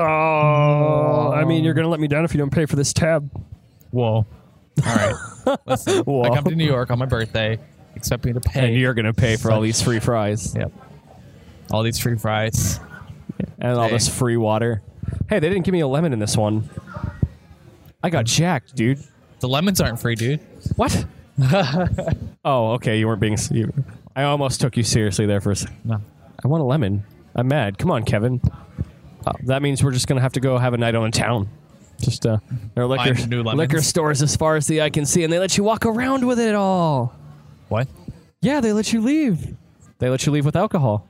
Oh, I mean, you're gonna let me down if you don't pay for this tab. Whoa. All right. Listen, Whoa. I come to New York on my birthday. Expect me to pay. And you're gonna pay for all these free fries Yep. All these free fries. and all Hey. this free water. Hey, they didn't give me a lemon in this one. I got jacked, dude. The lemons aren't free, dude. What? oh, okay. You weren't being. s- You, I almost took you seriously there for a second. No. I want a lemon. I'm mad. Come on, Kevin. Uh, that means we're just gonna have to go have a night on in town. Just uh, there are liquor new lemons. liquor stores as far as the eye can see, and they let you walk around with it all. What? Yeah, they let you leave. They let you leave with alcohol.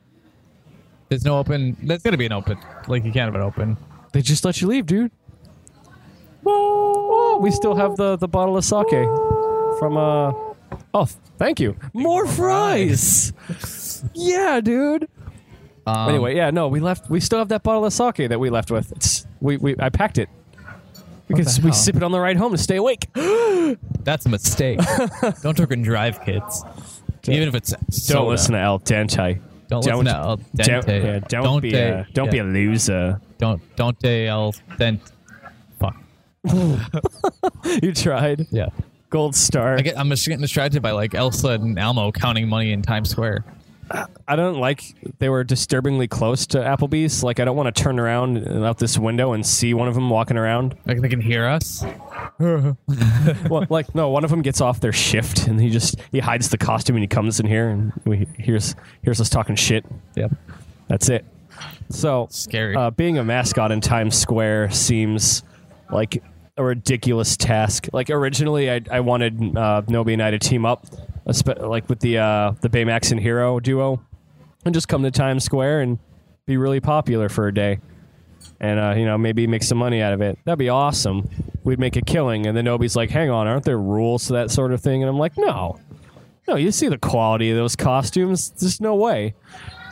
There's no open. There's gonna be an open. Like you can't have an open. They just let you leave, dude. Oh, we still have the, the bottle of sake from uh. Oh, thank you. More fries. yeah, dude. Um, anyway, yeah, no, we left. We still have that bottle of sake that we left with. It's we, we I packed it because the we hell? sip it on the ride home to stay awake. that's a mistake. don't drink and drive, kids. Even if it's Don't listen to El Dente. Don't listen to El Don't, Dente. yeah, don't, Don't be they- a, don't be a yeah. loser. Don't don't they el dent. Fuck. You tried Yeah. gold star. I get, I'm just getting distracted by like Elsa and Elmo counting money in Times Square. I don't like they were disturbingly close to Applebee's. Like I don't want to turn around out this window and see one of them walking around. Like they can hear us. well, like no, one of them gets off their shift and he just he hides the costume and he comes in here and we hears hears us talking shit. Yep. That's it. So Scary. Uh, being a mascot in Times Square seems like a ridiculous task. Like originally, I, I wanted uh, Nobi and I to team up, espe- like with the uh, the Baymax and Hero duo, and just come to Times Square and be really popular for a day, and uh, you know maybe make some money out of it. That'd be awesome. We'd make a killing. And then Nobi's like, "Hang on, aren't there rules to that sort of thing?" And I'm like, "No, no. You see the quality of those costumes. There's no way."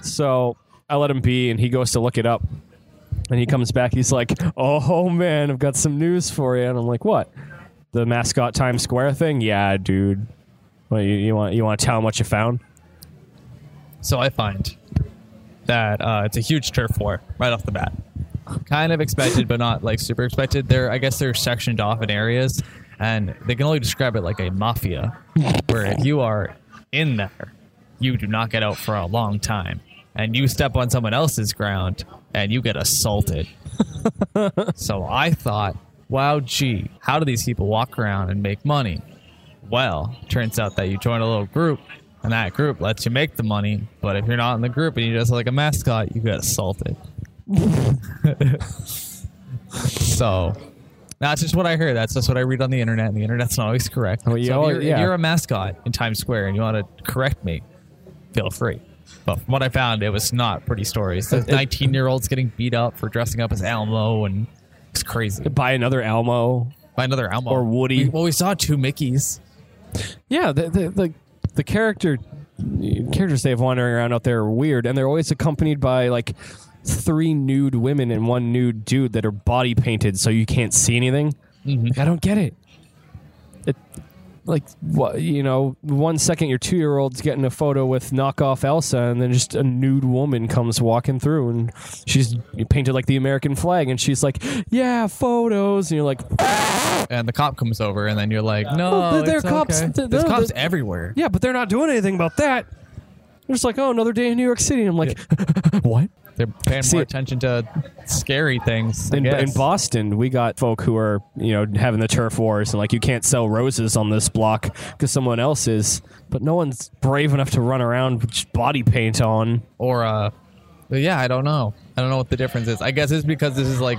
So I let him be, and he goes to look it up. And he comes back. He's like, "Oh man, I've got some news for you." And I'm like, "What? The mascot Times Square thing? Yeah, dude. What, you, you want you want to tell him what you found? So I find that uh, it's a huge turf war right off the bat. Kind of expected, but not like super expected. They're, I guess, they're sectioned off in areas, and they can only describe it like a mafia, where if you are in there, you do not get out for a long time, and you step on someone else's ground, and you get assaulted. so I thought, wow, gee, how do these people walk around and make money? Well, turns out that you join a little group, and that group lets you make the money. But if you're not in the group and you just like a mascot, you get assaulted. so that's just what I heard. That's just what I read on the internet, and the internet's not always correct. Well, you so all- if, you're, if yeah. you're a mascot in Times Square and you want to correct me, feel free. But from what I found, it was not pretty stories. The 19 year olds getting beat up for dressing up as Elmo, and it's crazy. Buy another Elmo? By another Elmo Or Woody. We- well, we saw two Mickeys. Yeah, the the the, the character characters they have wandering around out there are weird, and they're always accompanied by like three nude women and one nude dude that are body painted so you can't see anything. Like, I don't get it. It like what you know, one second your two year old's getting a photo with knockoff Elsa, and then just a nude woman comes walking through, and she's painted like the American flag, and she's like, "Yeah, photos," and you're like, and the cop comes over, and then you're like, no, Oh, there- there are it's cops- okay." there- There's no, cops there- everywhere. Yeah, but they're not doing anything about that. They're just like, oh, another day in New York City. I'm like, what? They're paying See- more attention to scary things. I In, in guess. Boston, we got folk who are, you know, having the turf wars and like, you can't sell roses on this block because someone else is. But no one's brave enough to run around with just body paint on. or uh, but yeah, I don't know. I don't know what the difference is. I guess it's because this is like,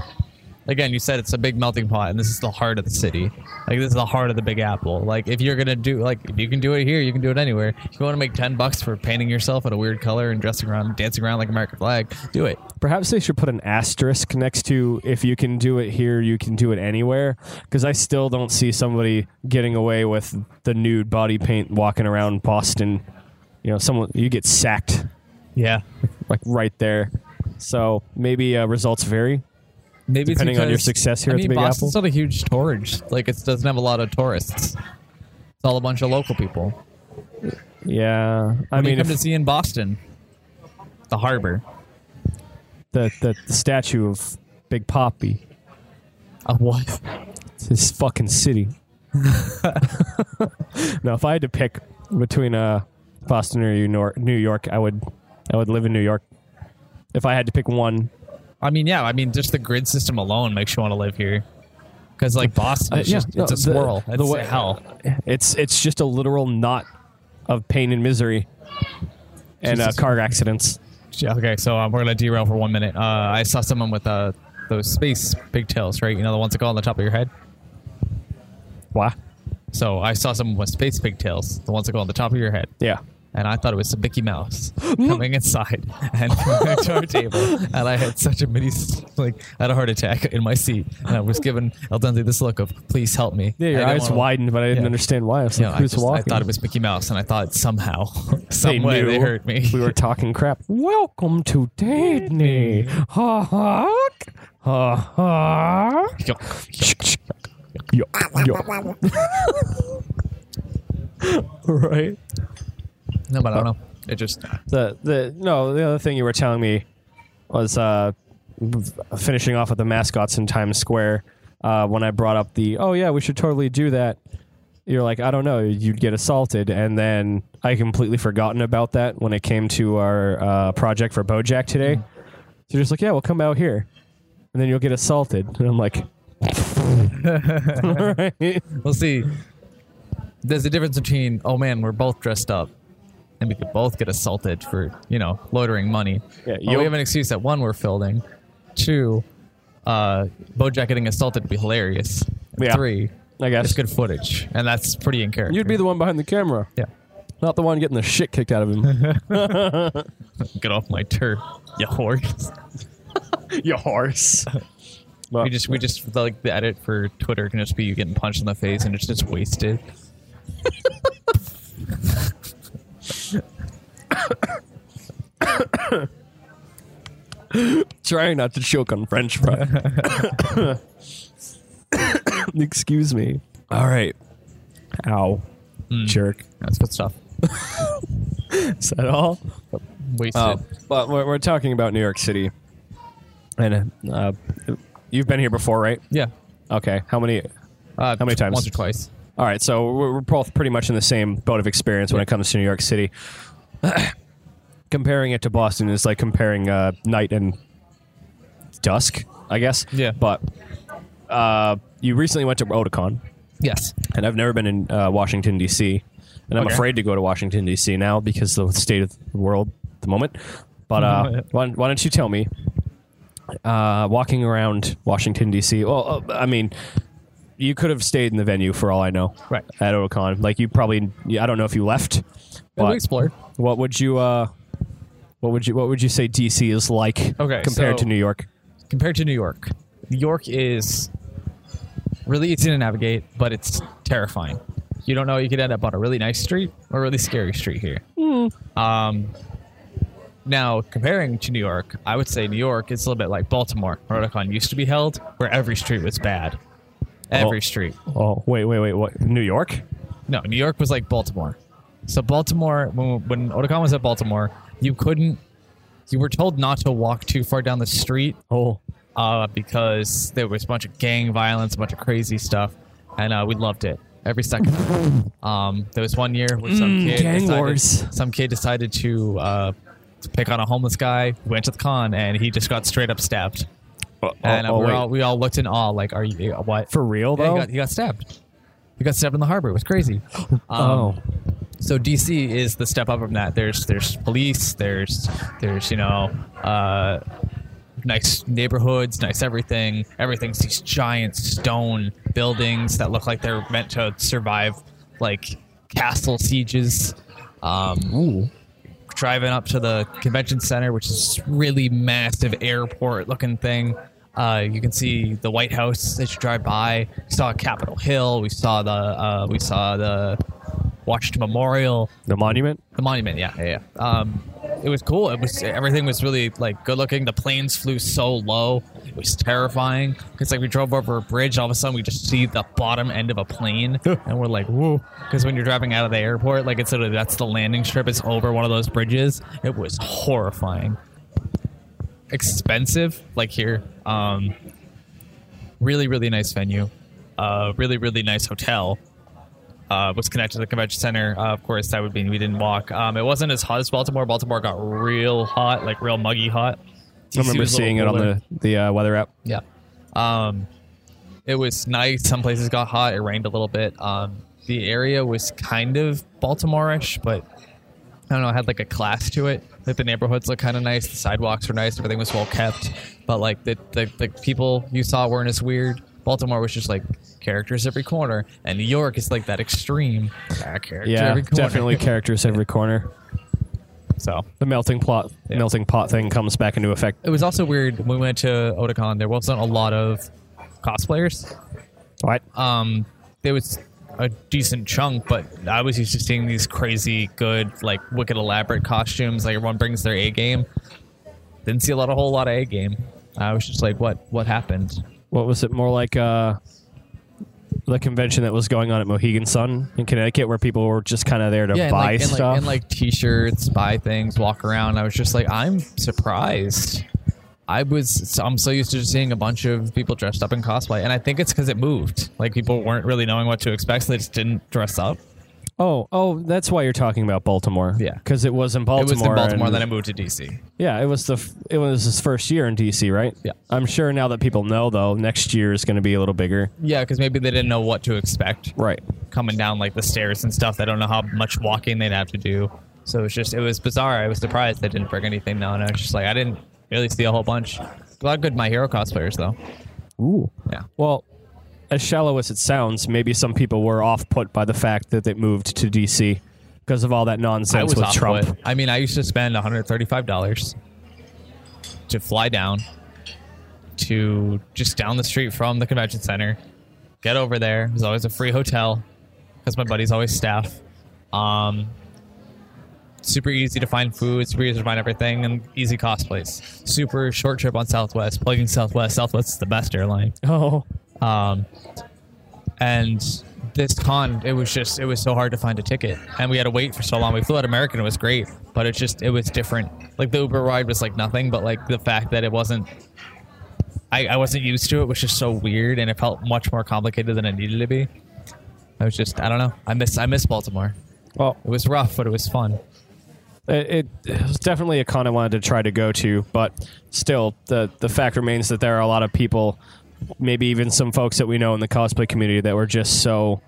again, you said it's a big melting pot, and this is the heart of the city. Like this is the heart of the Big Apple. Like if you're gonna do, like if you can do it here, you can do it anywhere. If you want to make ten bucks for painting yourself in a weird color and dressing around, dancing around like American flag, do it. Perhaps they should put an asterisk next to if you can do it here, you can do it anywhere. Because I still don't see somebody getting away with the nude body paint walking around Boston. You know, someone, you get sacked Yeah, like right there. So maybe uh, results vary. Maybe it's Depending on your because- success here at I the mean, Big Boston's Apple. not a huge storage. Like it doesn't have a lot of tourists. It's all a bunch of local people. Yeah, I I mean, mean, you come if to see in Boston, the harbor. the, the the statue of Big Poppy, Uh, what? it's his fucking city. now, if I had to pick between uh, Boston or New York, New York, I would I would live in New York. If I had to pick one, I mean, yeah. I mean, just the grid system alone makes you want to live here. Because like Boston, Uh, it's, yeah, just, no, it's a the- swirl. the it's way- hell. it's it's just a literal knot of pain and misery and uh, Jesus. car accidents. Yeah, okay, so um, we're gonna derail for one minute. Uh, I saw someone with uh, those space pigtails, right? You know the ones that go on the top of your head. Wow. So I saw someone with space pigtails, the ones that go on the top of your head, Yeah. and I thought it was a Mickey Mouse coming inside and coming to our table, and I had such a mini like I had a heart attack in my seat, and I was given El Dante this look of please help me. Yeah, I your didn't eyes wanna- widened, but I didn't Yeah. understand why. I was like, Yeah, I, who's just- I walking? thought it was Mickey Mouse, and I thought somehow, some way they knew hurt me. We were talking crap. Welcome to Disney. Ha ha. Ha ha. Yo, yo. right. no, but I don't know. It just The the no, the other thing you were telling me was uh finishing off with the mascots in Times Square. Uh, when I brought up the oh yeah, we should totally do that. You're like, I don't know, you'd get assaulted, and then I completely forgotten about that when it came to our uh, project for BoJack today. So you're just like, yeah, we'll come out here, and then you'll get assaulted, and I'm like, all right. We'll see. There's a difference between, oh man, we're both dressed up and we could both get assaulted for, you know, loitering money. Yeah, But you'll- we have an excuse that one, we're fielding. Two, uh, Bojack getting assaulted would be hilarious. And Yeah. Three, I guess it's good footage. And that's pretty in character. you'd be the one behind the camera, Yeah. not the one getting the shit kicked out of him. Get off my turf, you horse. Your horse. But- we just, we just, like, the edit for Twitter can just be you getting punched in the face and it's just wasted. trying not to choke on french fry excuse me all right Hmm. ow jerk That's good stuff. is that all Wasted. oh but we're, we're talking about new york city and uh, you've been here before right Yeah. okay how many Uh, How many times? Once or twice. all right so we're, we're both pretty much in the same boat of experience when it comes to new york city comparing it to boston is like comparing uh, night and dusk i guess Yeah. but uh, you recently went to oticon Yes. and I've never been in uh, Washington D.C. and I'm Okay. afraid to go to Washington D.C. now because of the state of the world at the moment. But uh, why, why don't you tell me? Uh, walking around Washington D.C. Well, uh, I mean, you could have stayed in the venue for all I know. Right. at Oticon, like you probably. I don't know if you left. Yeah, we But explore. what would you? Uh, what would you? What would you say D.C. is like Okay, compared so- to New York? Compared to New York, New York is really easy to navigate, but it's terrifying. You don't know you could end up on a really nice street or a really scary street here. Um, now comparing to New York, I would say New York is a little bit like Baltimore. where Oticon used to be held, where every street was bad. Every Oh. street. Oh wait, wait, wait. What? New York? No, New York was like Baltimore. So Baltimore, when, when Oticon was at Baltimore, you couldn't. You were told not to walk too far down the street Oh, uh, because there was a bunch of gang violence, a bunch of crazy stuff, and uh, we loved it every second. um, there was one year where some kid Mm, gang decided, wars. some kid decided to, uh, to pick on a homeless guy. who Went to the con and he just got straight up stabbed, oh, and uh, oh, we're wait. all, we all looked in awe, like, "Are you what for real Yeah, though? he, got, he got stabbed. He got stabbed in the harbor. It was crazy. Um, oh, so DC is the step up from that. There's there's police. There's there's you know uh, nice neighborhoods, nice everything. Everything's these giant stone buildings that look like they're meant to survive like castle sieges. Um, driving up to the convention center, which is really massive airport looking thing. Uh, you can see the White House as you drive by. We saw Capitol Hill. We saw the uh, we saw the Washington Memorial, the monument. the monument. Yeah, yeah. yeah. Um, it was cool. It was everything was really like good looking. The planes flew so low, it was terrifying. It's like we drove over a bridge, all of a sudden we just see the bottom end of a plane, and we're like, "Whoa!" Because when you're driving out of the airport, like it's literally that's the landing strip. It's over one of those bridges. It was horrifying. Expensive, like here. Um, really, really nice venue. Uh, really, really nice hotel uh, was connected to the convention center. Uh, of course, that would mean we didn't walk. Um, it wasn't as hot as Baltimore. Baltimore got real hot, like real muggy hot. I remember was a little seeing it on cooler. the the uh, weather app. Yeah. Um, it was nice. Some places got hot. It rained a little bit. Um, the area was kind of Baltimore-ish, but I don't know. Had like a class to it. Like the neighborhoods looked kind of nice. The sidewalks were nice. Everything was well kept. But like the, the the people you saw weren't as weird. Baltimore was just like characters every corner, and New York is like that extreme. Yeah, character Yeah, every corner. definitely characters every corner. So The melting plot, melting pot thing comes back into effect. it was also weird when we went to Otakon. There wasn't a lot of cosplayers. What? um, there was a decent chunk, but I was used to seeing these crazy, good, like wicked elaborate costumes. Like everyone brings their A game. Didn't see a lot, a whole lot of A game. I was just like, what, what happened? what was it more like? Uh, the convention that was going on at Mohegan Sun in Connecticut, where people were just kind of there to and buy like, and, like- stuff. and like t-shirts, buy things, walk around. I was just like, I'm surprised. I was, I'm so used to just seeing a bunch of people dressed up in cosplay, and I think it's because it moved. Like people weren't really knowing what to expect, so they just didn't dress up. Oh, oh, that's why you're talking about Baltimore. Yeah. because it was in It Baltimore. was in Baltimore, and- then it moved to DC. yeah, it was the f- it was his first year in DC, right? Yeah. I'm sure now that people know though, next year is going to be a little bigger. Yeah, because maybe they didn't know what to expect. Right. Coming down like the stairs and stuff. They don't know how much walking they'd have to do. So it was just, it was bizarre. I was surprised they didn't bring anything down. I was just like, I didn't really see a whole bunch. A lot of good My Hero cosplayers, though. Ooh. Yeah. Well, as shallow as it sounds, maybe some people were off put by the fact that it moved to DC because of all that nonsense I was with off Trump. foot. I mean, I used to spend $135 to fly down to just down the street from the convention center, get over there. There's always a free hotel because my buddy's always staff. Um, super easy to find food, super easy to find everything, and easy cosplays. Super short trip on Southwest, plugging Southwest. Southwest is the best airline Oh, um, and this con it was just it was so hard to find a ticket and we had to wait for so long we flew out american it was great but it's just it was different like the uber ride was like nothing but like the fact that it wasn't I, I wasn't used to it was just so weird and it felt much more complicated than it needed to be i was just i don't know i miss i miss baltimore well, it was rough but it was fun Uh, It, it was definitely a con I wanted to try to go to, but still, the the fact remains that there are a lot of people, maybe even some folks that we know in the cosplay community that were just so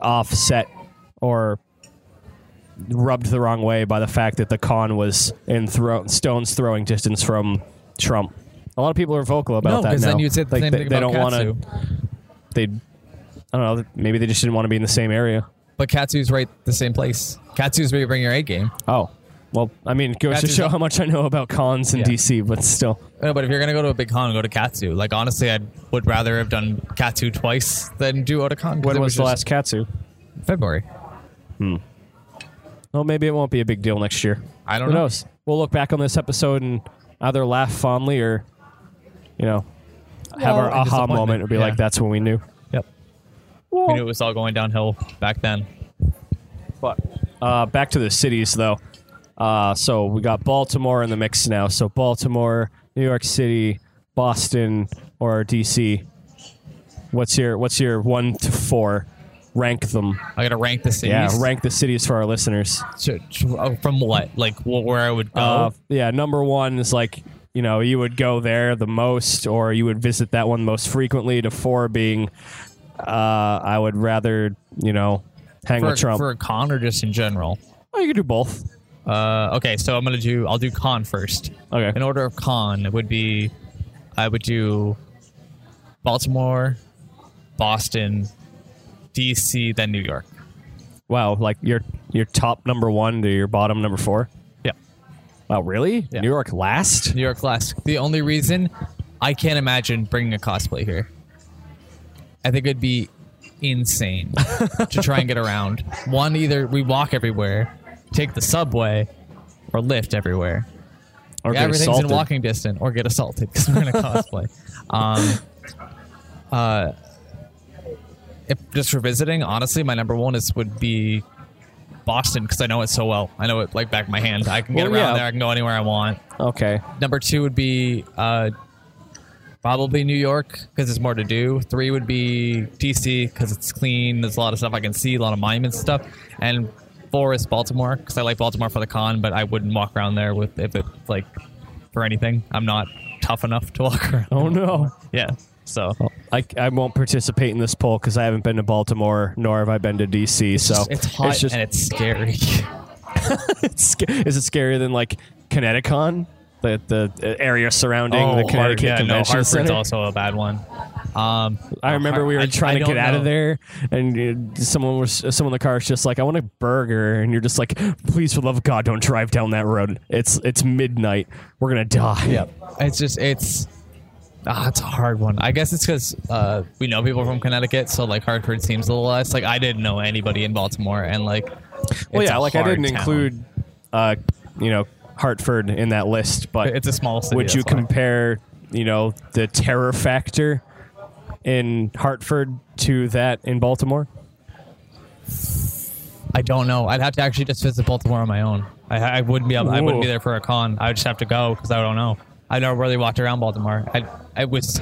offset or rubbed the wrong way by the fact that the con was in throw, stone's throwing distance from Trump. A lot of people are vocal about no that because now. then you'd say the Like, same they, thing they about don't katsu want to. They, I don't know. Maybe they just didn't want to be in the same area. but katsu's right the same place katsu's where you bring your a game Oh. Well, I mean, it goes to That's show just- how much I know about cons in Yeah. DC, but still. No, but if you're gonna go to a big con, go to Katsu. Like honestly, I would rather have done Katsu twice than do Otakon. 'cause When it was the last just Katsu? February? Well, maybe it won't be a big deal next year. I don't Who know. knows? We'll look back on this episode and either laugh fondly or, you know, have our Well, aha disappointment. moment and be like, Yeah. that's when we knew. Yep. We knew it was all going downhill back then. But uh, back to the cities, though. Uh, so we got Baltimore in the mix now. So Baltimore, New York City, Boston, or DC. What's your What's your one to four? Rank them. I gotta rank the cities. Yeah, rank the cities for our listeners. So- so, uh, from what? Like wh- where I would go? Uh, yeah, number one is like you know you would go there the most, or you would visit that one most frequently. To four being, uh, I would rather you know hang for, with Trump. for a con or just in general? oh, you could do both. Uh, okay, so I'm gonna do. I'll do con first. Okay. In order of con, it would be, I would do, Baltimore, Boston, D.C., then New York. Wow, like your your top number one to your bottom number four. Yeah. Wow, really? Yeah. New York last? New York last. The only reason I can't imagine bringing a cosplay here. I think it'd be insane to try and get around. One, either we walk everywhere, take the subway, or lift everywhere. Or get everything's assaulted. in walking distance or get assaulted because we're gonna cosplay. Um, uh, if just for visiting, honestly, my number one is would be Boston because I know it so well. I know it like back of my hand. I can get Well, around yeah. there. I can go anywhere I want. Okay. Number two would be uh, probably New York because it's more to do. Three would be DC because it's clean. There's a lot of stuff I can see, a lot of monuments and stuff. And four is Baltimore because I like Baltimore for the con, but I wouldn't walk around there with if it like for anything. I'm not tough enough to walk around. Oh no. Yeah. So I, I won't participate in this poll because I haven't been to Baltimore nor have I been to DC. So it's hot just, and it's scary. it's sc- is it scarier than like Connecticut, the the uh, area surrounding the Connecticut Oh, yeah, no, Convention Hartford's Center? also a bad one. Um, Oh, I remember we were I- trying I to don't get out of know. there, and uh, someone was someone in the car was just like, "I want a burger," and you're just like, "Please, for the love of God, don't drive down that road. It's it's midnight. We're gonna die." Yep. It's just it's ah, it's a hard one. I guess it's because uh, we know people from Connecticut, so like Hartford seems a little less. Like I didn't know anybody in Baltimore, and like Well, it's yeah, a like I hard didn't town. include, uh, you know, Hartford in that list, but It's a small city. would you that's why. compare, you know, the terror factor in Hartford to that in Baltimore? I don't know. I'd have to actually just visit Baltimore on my own. I, I wouldn't be. I Whoa. wouldn't be there for a con. I would just have to go because I don't know. I never really walked around Baltimore. I, I was.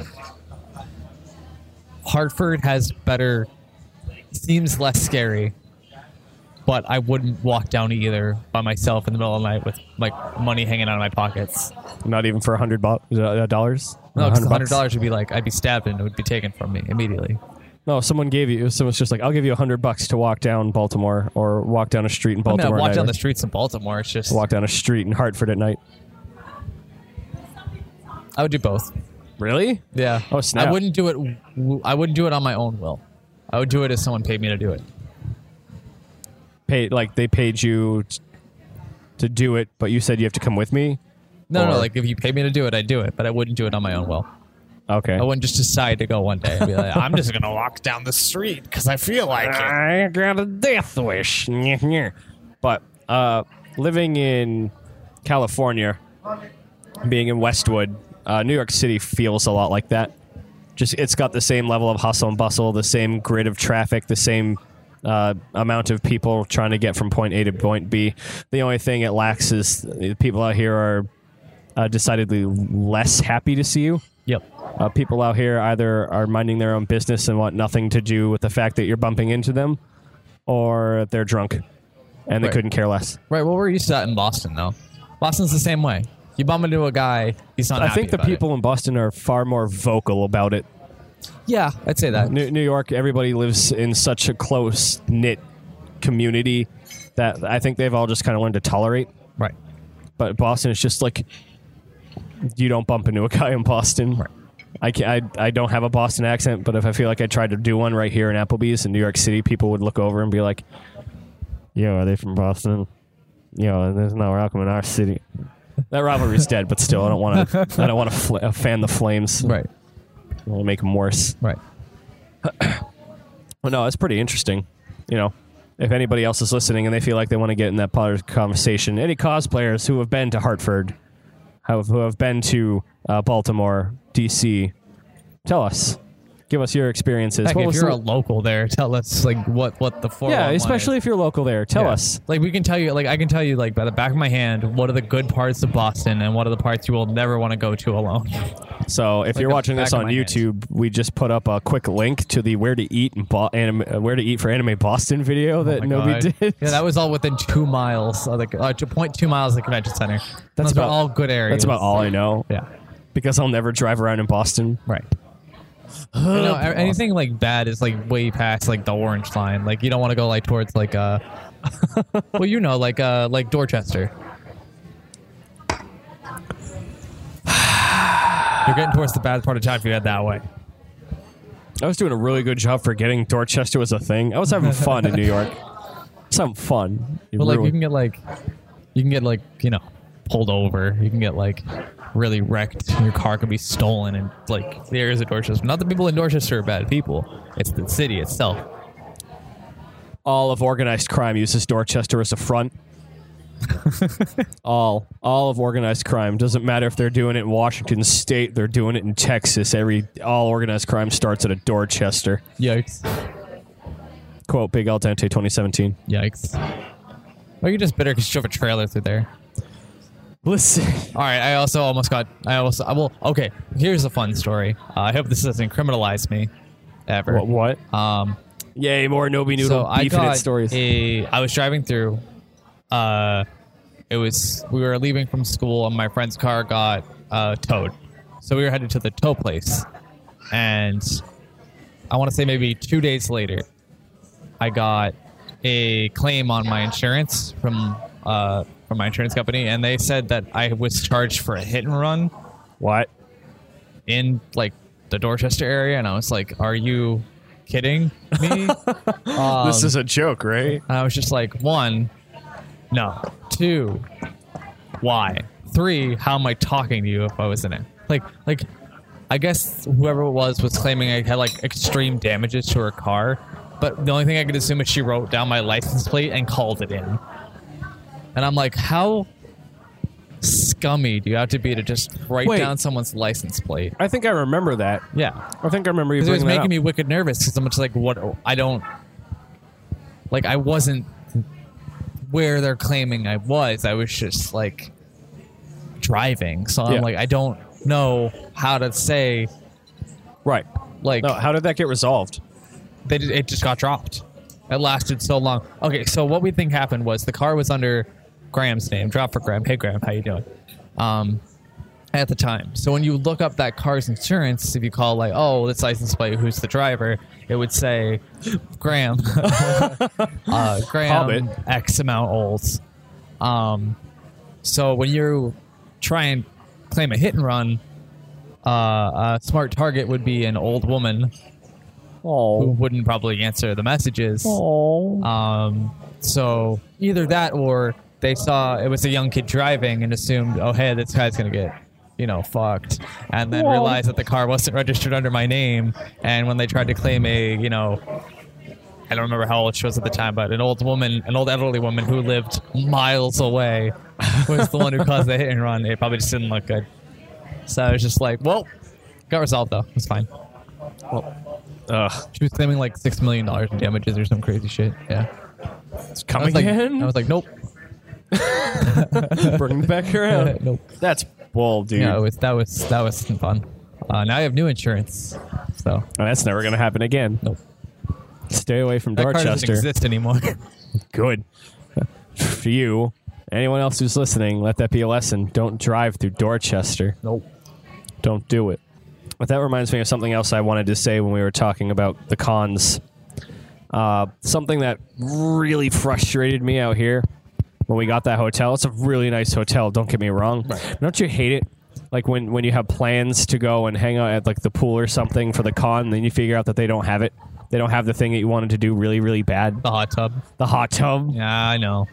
Hartford has better, seems less scary, but I wouldn't walk down either by myself in the middle of the night with like money hanging out of my pockets. Not even for a hundred bo- uh, dollars. No, A because hundred bucks? dollars would be like I'd be stabbed and it would be taken from me immediately. No, someone gave you. Someone's just like, I'll give you a hundred bucks to walk down Baltimore or walk down a street in I mean, I Baltimore. walk at down night, the streets in Baltimore. It's just or walk down a street in Hartford at night. I would do both. Really? Yeah. Oh, snap. I wouldn't do it. w- I wouldn't do it on my own will. I would do it if someone paid me to do it. Pay like they paid you t- to do it, but you said you have to come with me. No, no, Or- no. Like if you paid me to do it, I'd do it, but I wouldn't do it on my own will. Okay. I wouldn't just decide to go one day. And be like, I'm just gonna walk down the street because I feel like it. I got a death wish. but uh, living in California, being in Westwood, uh, New York City feels a lot like that. Just it's got the same level of hustle and bustle, the same grid of traffic, the same uh, amount of people trying to get from point A to point B. The only thing it lacks is the people out here are uh, decidedly less happy to see you. Yep. Uh, people out here either are minding their own business and want nothing to do with the fact that you're bumping into them, or they're drunk and they Right. couldn't care less. Right. Well, we're used to that in Boston, though. Boston's the same way. You bump into a guy, he's not. I happy think the about it. people in Boston are far more vocal about it. Yeah, I'd say that. New, New York, everybody lives in such a close knit community that I think they've all just kind of learned to tolerate. Right. But Boston is just like you don't bump into a guy in Boston. Right. I, can I I don't have a Boston accent, but if I feel like I tried to do one right here in Applebee's in New York City, people would look over and be like, "Yo, are they from Boston? Yo, there's no welcome in our city." That rivalry's dead, but still, I don't want to. I don't want to fl- uh, fan the flames. Right. I want to make them worse. Right. Well, no, it's pretty interesting. You know, if anybody else is listening and they feel like they want to get in that part of the conversation, any cosplayers who have been to Hartford, have, who have been to uh, Baltimore, D.C., tell us. Give us your experiences. Heck, What if was you're the- a local there, tell us like what what the four. yeah, especially if you're local there. Tell Yeah. us. Like we can tell you, like I can tell you, like by the back of my hand, what are the good parts of Boston and what are the parts you will never want to go to alone. So if you're the watching this back on of my hand. YouTube, we just put up a quick link to the where to eat and Bo- anim- uh, where to eat for anime Boston video that Oh My Nobi God. did. Yeah, that was all within two miles of the uh, two point two miles of the convention center. That's about- all good areas. That's about all I know Yeah. because I'll never drive around in Boston. Right. You know, a- anything like bad is like way past like the orange line. Like you don't want to go like towards like uh, well you know like uh like Dorchester. You're getting towards the bad part of town if you head that way. I was doing a really good job forgetting Dorchester was a thing. I was having fun in New York. Some fun. You But like you ruined- can get like you can get like, you know, pulled over. You can get like really wrecked. Your car can be stolen and like the areas of Dorchester. Not the people in Dorchester are bad people. It's the city itself. All of organized crime uses Dorchester as a front. all all of organized crime doesn't matter if they're doing it in Washington State, they're doing it in Texas. Every all organized crime starts at a Dorchester. Yikes. Quote Big Al Dente 2017. Yikes. Or you just bitter because you drove a trailer through there. Listen, All right. I also almost got. I also. I will. Okay. Here's a fun story. Uh, I hope this doesn't criminalize me, ever. what? what? Um. Yay, more Nobi Noodle so I beef and got its stories. a. I was driving through. Uh, it was we were leaving from school and my friend's car got uh, towed, so we were headed to the tow place, and I want to say maybe two days later, I got a claim on my insurance from uh, from my insurance company, and they said that I was charged for a hit and run what? in like the Dorchester area, and I was like, "Are you kidding me?" Um, this is a joke, right? and I was just like, one, no. Two, why? Three, how am I talking to you if I was in it? Like, like, I guess whoever it was was claiming I had like extreme damages to her car, but the only thing I could assume is she wrote down my license plate and called it in. And I'm like, how scummy do you have to be to just write Wait. down someone's license plate? I think I remember that. Yeah. I think I remember you Because it was bringing that making up. me wicked nervous because I'm just like, what? I don't. Like, I wasn't where they're claiming I was. I was just like driving. So I'm Yeah. like, I don't know how to say, right. like, No, how did that get resolved? they, ju- it just got dropped. It lasted so long. Okay, so what we think happened was the car was under Graham's name. Drop for Graham. Hey Graham, how you doing? Um, at the time. So when you look up that car's insurance, if you call like, oh, this license plate, who's the driver? It would say Graham. uh, Graham Hobbit. X amount old. Um, so when you try and claim a hit and run, uh, a smart target would be an old woman who Oh. wouldn't probably answer the messages. Oh. Um, so either that or they saw it was a young kid driving and assumed, oh, hey, this guy's going to get, you know, fucked. And then Whoa. realized that the car wasn't registered under my name. And when they tried to claim a, you know, I don't remember how old she was at the time, but an old woman, an old elderly woman who lived miles away was the one who caused the hit and run. It probably just didn't look good. So I was just like, well, got resolved though. It was fine. Ugh. She was claiming like $6 million in damages or some crazy shit. Yeah. It's I coming was like, in. I was like, nope, bring it back around. nope. That's bull, dude. Yeah, it was, that was that was fun. Uh, now I have new insurance, so And that's never going to happen again. nope. Stay away from That car doesn't Dorchester. exist anymore. Good. For you. Anyone else who's listening, let that be a lesson. Don't drive through Dorchester. nope. Don't do it. But that reminds me of something else I wanted to say when we were talking about the cons. Uh, something that really frustrated me out here when we got that hotel. It's a really nice hotel. Don't get me wrong. Don't you hate it? Like when, when you have plans to go and hang out at like the pool or something for the con, then you figure out that they don't have it. They don't have the thing that you wanted to do really, really bad. The hot tub. The hot tub. Yeah, I know.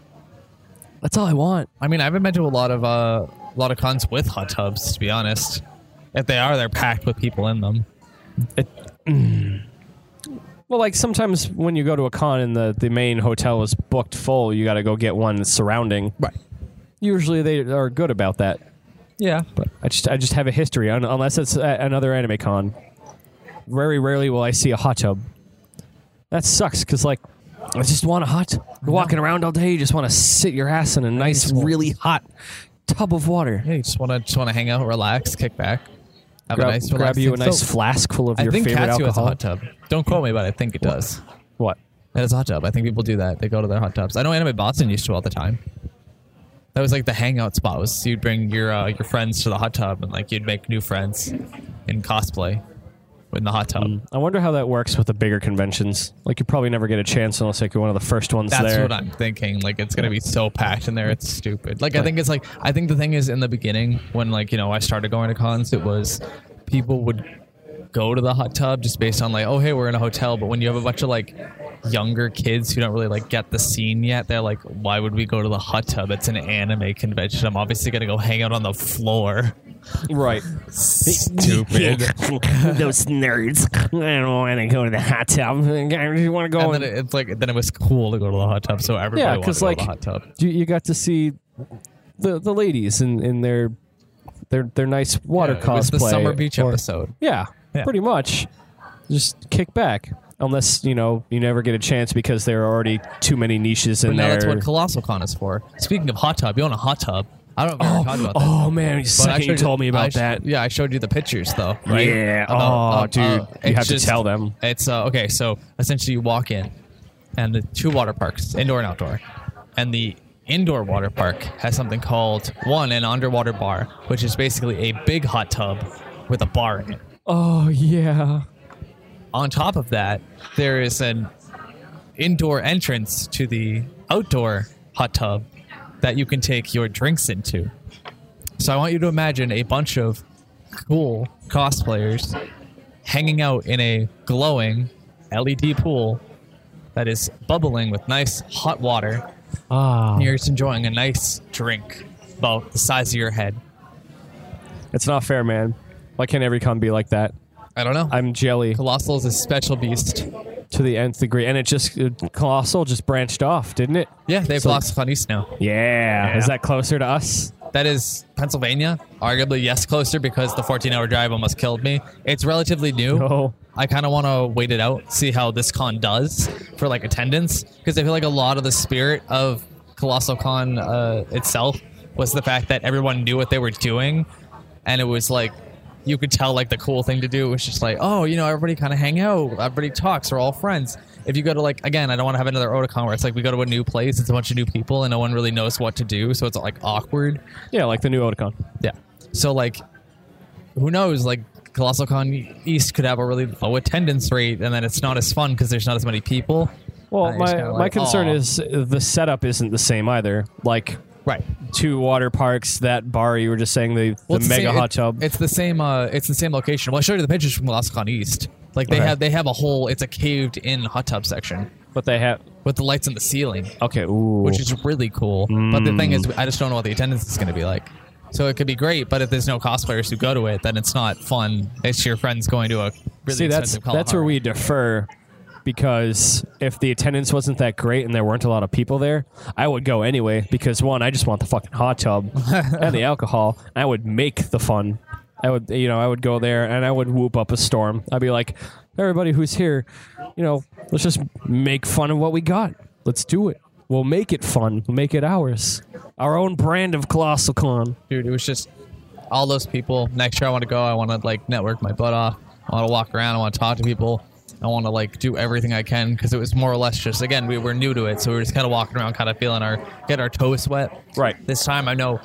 That's all I want. I mean, I haven't been to a lot of uh, a lot of cons with hot tubs, to be honest. If they are, they're packed with people in them. Well, like sometimes when you go to a con and the, the main hotel is booked full, you got to go get one surrounding. Right. Usually they are good about that. Yeah. But I just I just have a history un- unless it's a- another anime con. Very rarely will I see a hot tub. That sucks because like I just want a hot. You're walking around all day, you just want to sit your ass in a nice, just want- really hot tub of water. yeah, you just want to just want to hang out, relax, kick back, have Grab, a nice, grab you a relaxing- nice So, flask full of I your think favorite Katsu alcohol. has a hot tub. Don't quote me, but I think it does. What? It is a hot tub. I think people do that. They go to their hot tubs. I know Anime Boston used to all the time. That was like the hangout spot. Was you'd bring your uh, your friends to the hot tub and like you'd make new friends in cosplay in the hot tub. I wonder how that works with the bigger conventions. Like you probably never get a chance unless like you're one of the first ones That's there. what I'm thinking. Like it's gonna be so packed in there, it's stupid. Like I think it's like I think the thing is in the beginning when like you know I started going to cons, it was people would go to the hot tub just based on like oh hey we're in a hotel, but when you have a bunch of like younger kids who don't really like get the scene yet, they're like why would we go to the hot tub? It's an anime convention. I'm obviously gonna go hang out on the floor. Right. Stupid. Those nerds. I don't want to go to the hot tub. I just want to go. and then it, it's like then it was cool to go to the hot tub, so everybody yeah, wanted to because go like to the hot tub. you, you got to see the the ladies in, in their their their nice water Yeah, cosplay. It was the summer beach or- episode. Yeah, Yeah. pretty much. Just kick back, unless you know you never get a chance because there are already too many niches in But now there. that's what Colossal Con is for. Speaking of hot tub, you own a hot tub. I don't know if we ever talked about that. oh man, but I second you showed told me I about sh- that. Yeah, I showed you the pictures though. Right? uh, Yeah. Oh, dude, you it's have to tell them. It's uh, okay. So essentially, you walk in, and the two water parks, indoor and outdoor, and the indoor water park has something called one an underwater bar, which is basically a big hot tub with a bar in it Oh yeah. on top of that, there is an indoor entrance to the outdoor hot tub that you can take your drinks into. So I want you to imagine a bunch of cool cosplayers hanging out in a glowing LED pool that is bubbling with nice hot water. Ah, and You're just enjoying a nice drink about the size of your head. it's not fair, man. Why can't every con be like that? I don't know. I'm jelly Colossal is a special beast. to the nth degree, and it just it- colossal just branched off, didn't it? Yeah, they've So- lost Fun East now. Yeah. Is that closer to us? That is Pennsylvania, arguably yes closer because the 14-hour drive almost killed me. It's relatively new. No. I kind of want to wait it out, see how this con does for like attendance because I feel like a lot of the spirit of Colossal Con uh, itself was the fact that everyone knew what they were doing, and it was like you could tell like the cool thing to do was just like oh you know everybody kind of hang out, everybody talks, we're all friends. If you go to like again, I don't want to have another Otakon where it's like we go to a new place, it's a bunch of new people, and no one really knows what to do, so it's like awkward. Yeah, like the new Oticon. Yeah. So like, who knows? Like, Colossal Con East could have a really low attendance rate, and then it's not as fun because there's not as many people. Well, And it's my, kinda my like, concern aw. is the setup isn't the same either. Like right. two water parks, that bar you were just saying the, Well, the it's mega same- hot it- tub. It's the same. Uh, it's the same location. Well, I showed you the pictures from Colossal Con East. Like they Okay. have they have a whole. It's a caved in hot tub section but they have with the lights in the ceiling, okay, ooh, which is really cool. But the thing Mm. is, I just don't know what the attendance is going to be like. So it could be great, but if there's no cosplayers who go to it, then it's not fun. It's your friends going to a really see that's expensive that's where Kalahari. we defer because if the attendance wasn't that great and there weren't a lot of people there, I would go anyway because one, I just want the fucking hot tub and the alcohol. I would make the fun. I would you know, I would go there and I would whoop up a storm. I'd be like, everybody who's here, you know, let's just make fun of what we got. Let's do it. We'll make it fun. We'll make it ours. Our own brand of colossal con. dude it was just all those people next year i want to go i want to like network my butt off i want to walk around i want to talk to people i want to like do everything i can because it was more or less just again we were new to it so we were just kind of walking around kind of feeling our getting our toes wet Right. this time i know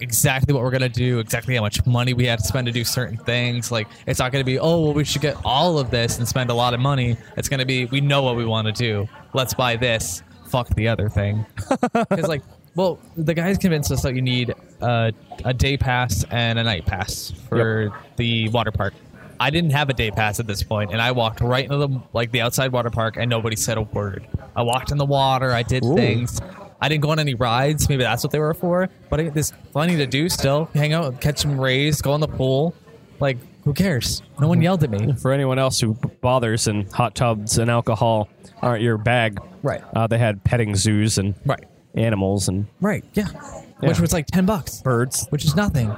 exactly what we're gonna do exactly how much money we had to spend to do certain things like it's not gonna be oh well we should get all of this and spend a lot of money it's gonna be we know what we want to do let's buy this fuck the other thing because like, well, the guys convinced us that you need a, a day pass and a night pass for the water park. I didn't have a day pass at this point, and I walked right into the like the outside water park, and nobody said a word. I walked in the water. I did Ooh. things. I didn't go on any rides. Maybe that's what they were for. But I, there's plenty to do still. Hang out, catch some rays, go in the pool. Like, who cares? No one yelled at me. for anyone else who b- bothers and hot tubs and alcohol aren't your bag. Right. Uh, they had petting zoos and Right. animals and Right. Yeah. Which Yeah. was like ten bucks. birds. which is nothing.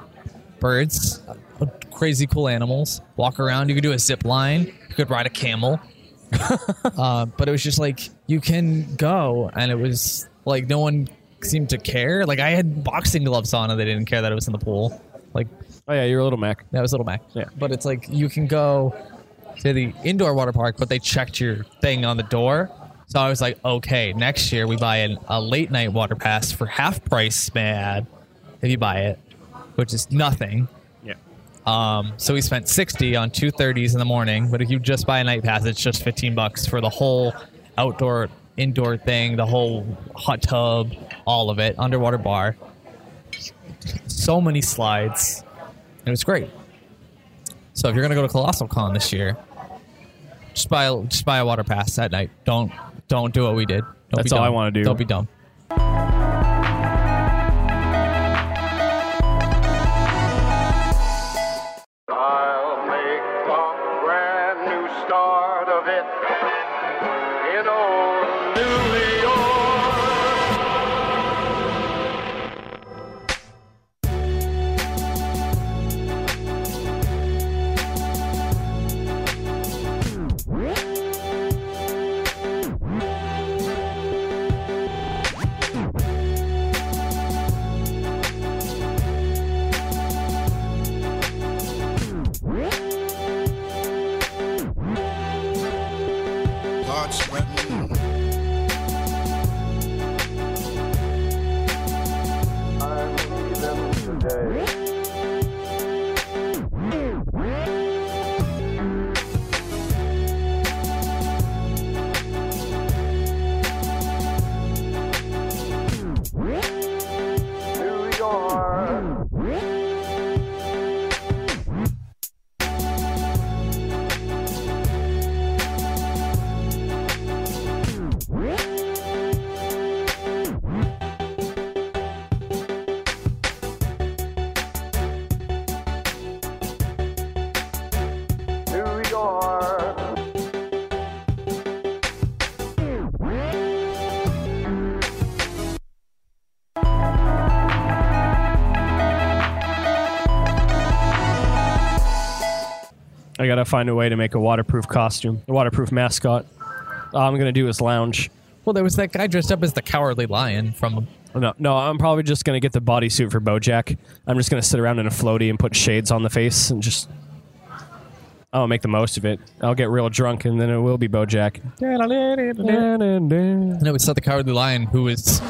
Birds, uh, crazy cool animals. Walk around. You could do a zip line. You could ride a camel. uh, but it was just like you can go, and it was like no one seemed to care. Like I had boxing gloves on, and they didn't care that it was in the pool. Like Oh yeah, you're a little Mac. that was Little Mac. Yeah. But it's like you can go to the indoor water park, but they checked your thing on the door. So I was like, okay, next year we buy an, a late night water pass for half price, man, if you buy it, which is nothing. Yeah. Um, so we spent 60 on 2.30s in the morning, but if you just buy a night pass, it's just 15 bucks for the whole outdoor, indoor thing, the whole hot tub, all of it, underwater bar. So many slides. It was great. So if you're gonna go to Colossal Con this year, just buy just buy a water pass at night. Don't don't do what we did. Don't That's be all I dumb. wanna do. Don't be dumb. I gotta find a way to make a waterproof costume, a waterproof mascot. All I'm gonna do is lounge. Well, there was that guy dressed up as the Cowardly Lion from. No, no, I'm probably just gonna get the bodysuit for BoJack. I'm just gonna sit around in a floaty and put shades on the face and just. I'll make the most of it. I'll get real drunk and then it will be BoJack. No, it's not the Cowardly Lion who was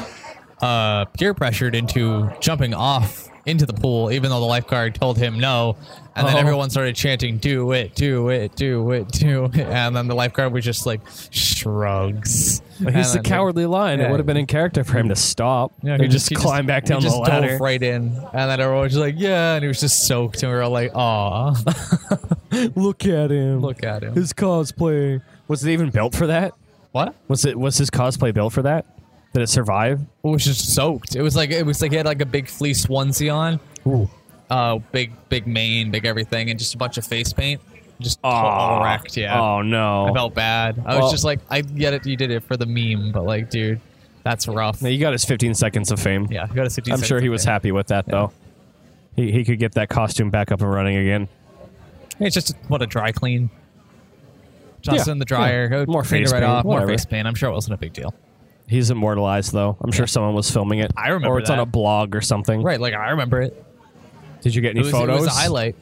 uh, peer pressured into jumping off into the pool, even though the lifeguard told him no. And then Oh. everyone started chanting, "Do it, do it, do it, do it!" And then the lifeguard was just like shrugs. But he's the And then- cowardly lion. It Yeah. would have been in character for him to stop. Yeah, he just climb back he down the just dove ladder. right in, and then everyone was just like, "Yeah," and he was just soaked, and we were all like, "Aw." Look at him. Look at him. His cosplay. Was it even built for that? What? Was it was his cosplay built for that? Did it survive? It was just soaked. It was like it was like he had like a big fleece onesie on, Ooh. uh, big big mane, big everything, and just a bunch of face paint, just Aw. all wrecked. Yeah, Oh no. I felt bad. I Well- was just like, I get it, you did it for the meme, but like, dude, that's rough. Yeah, Yeah, you got his 15 seconds of fame. you got to sit. I'm sure he was happy with that though. He he could get that costume back up and running again. It's just what a dry clean. Toss Yeah, it in the dryer. yeah. go More clean it face right paint, off. whatever. More face paint. I'm sure it wasn't a big deal. He's immortalized though. I'm sure someone was filming it. I remember Or it's on that. a blog or something. Right, like I remember it. Did you get any It was, it photos? was a highlight.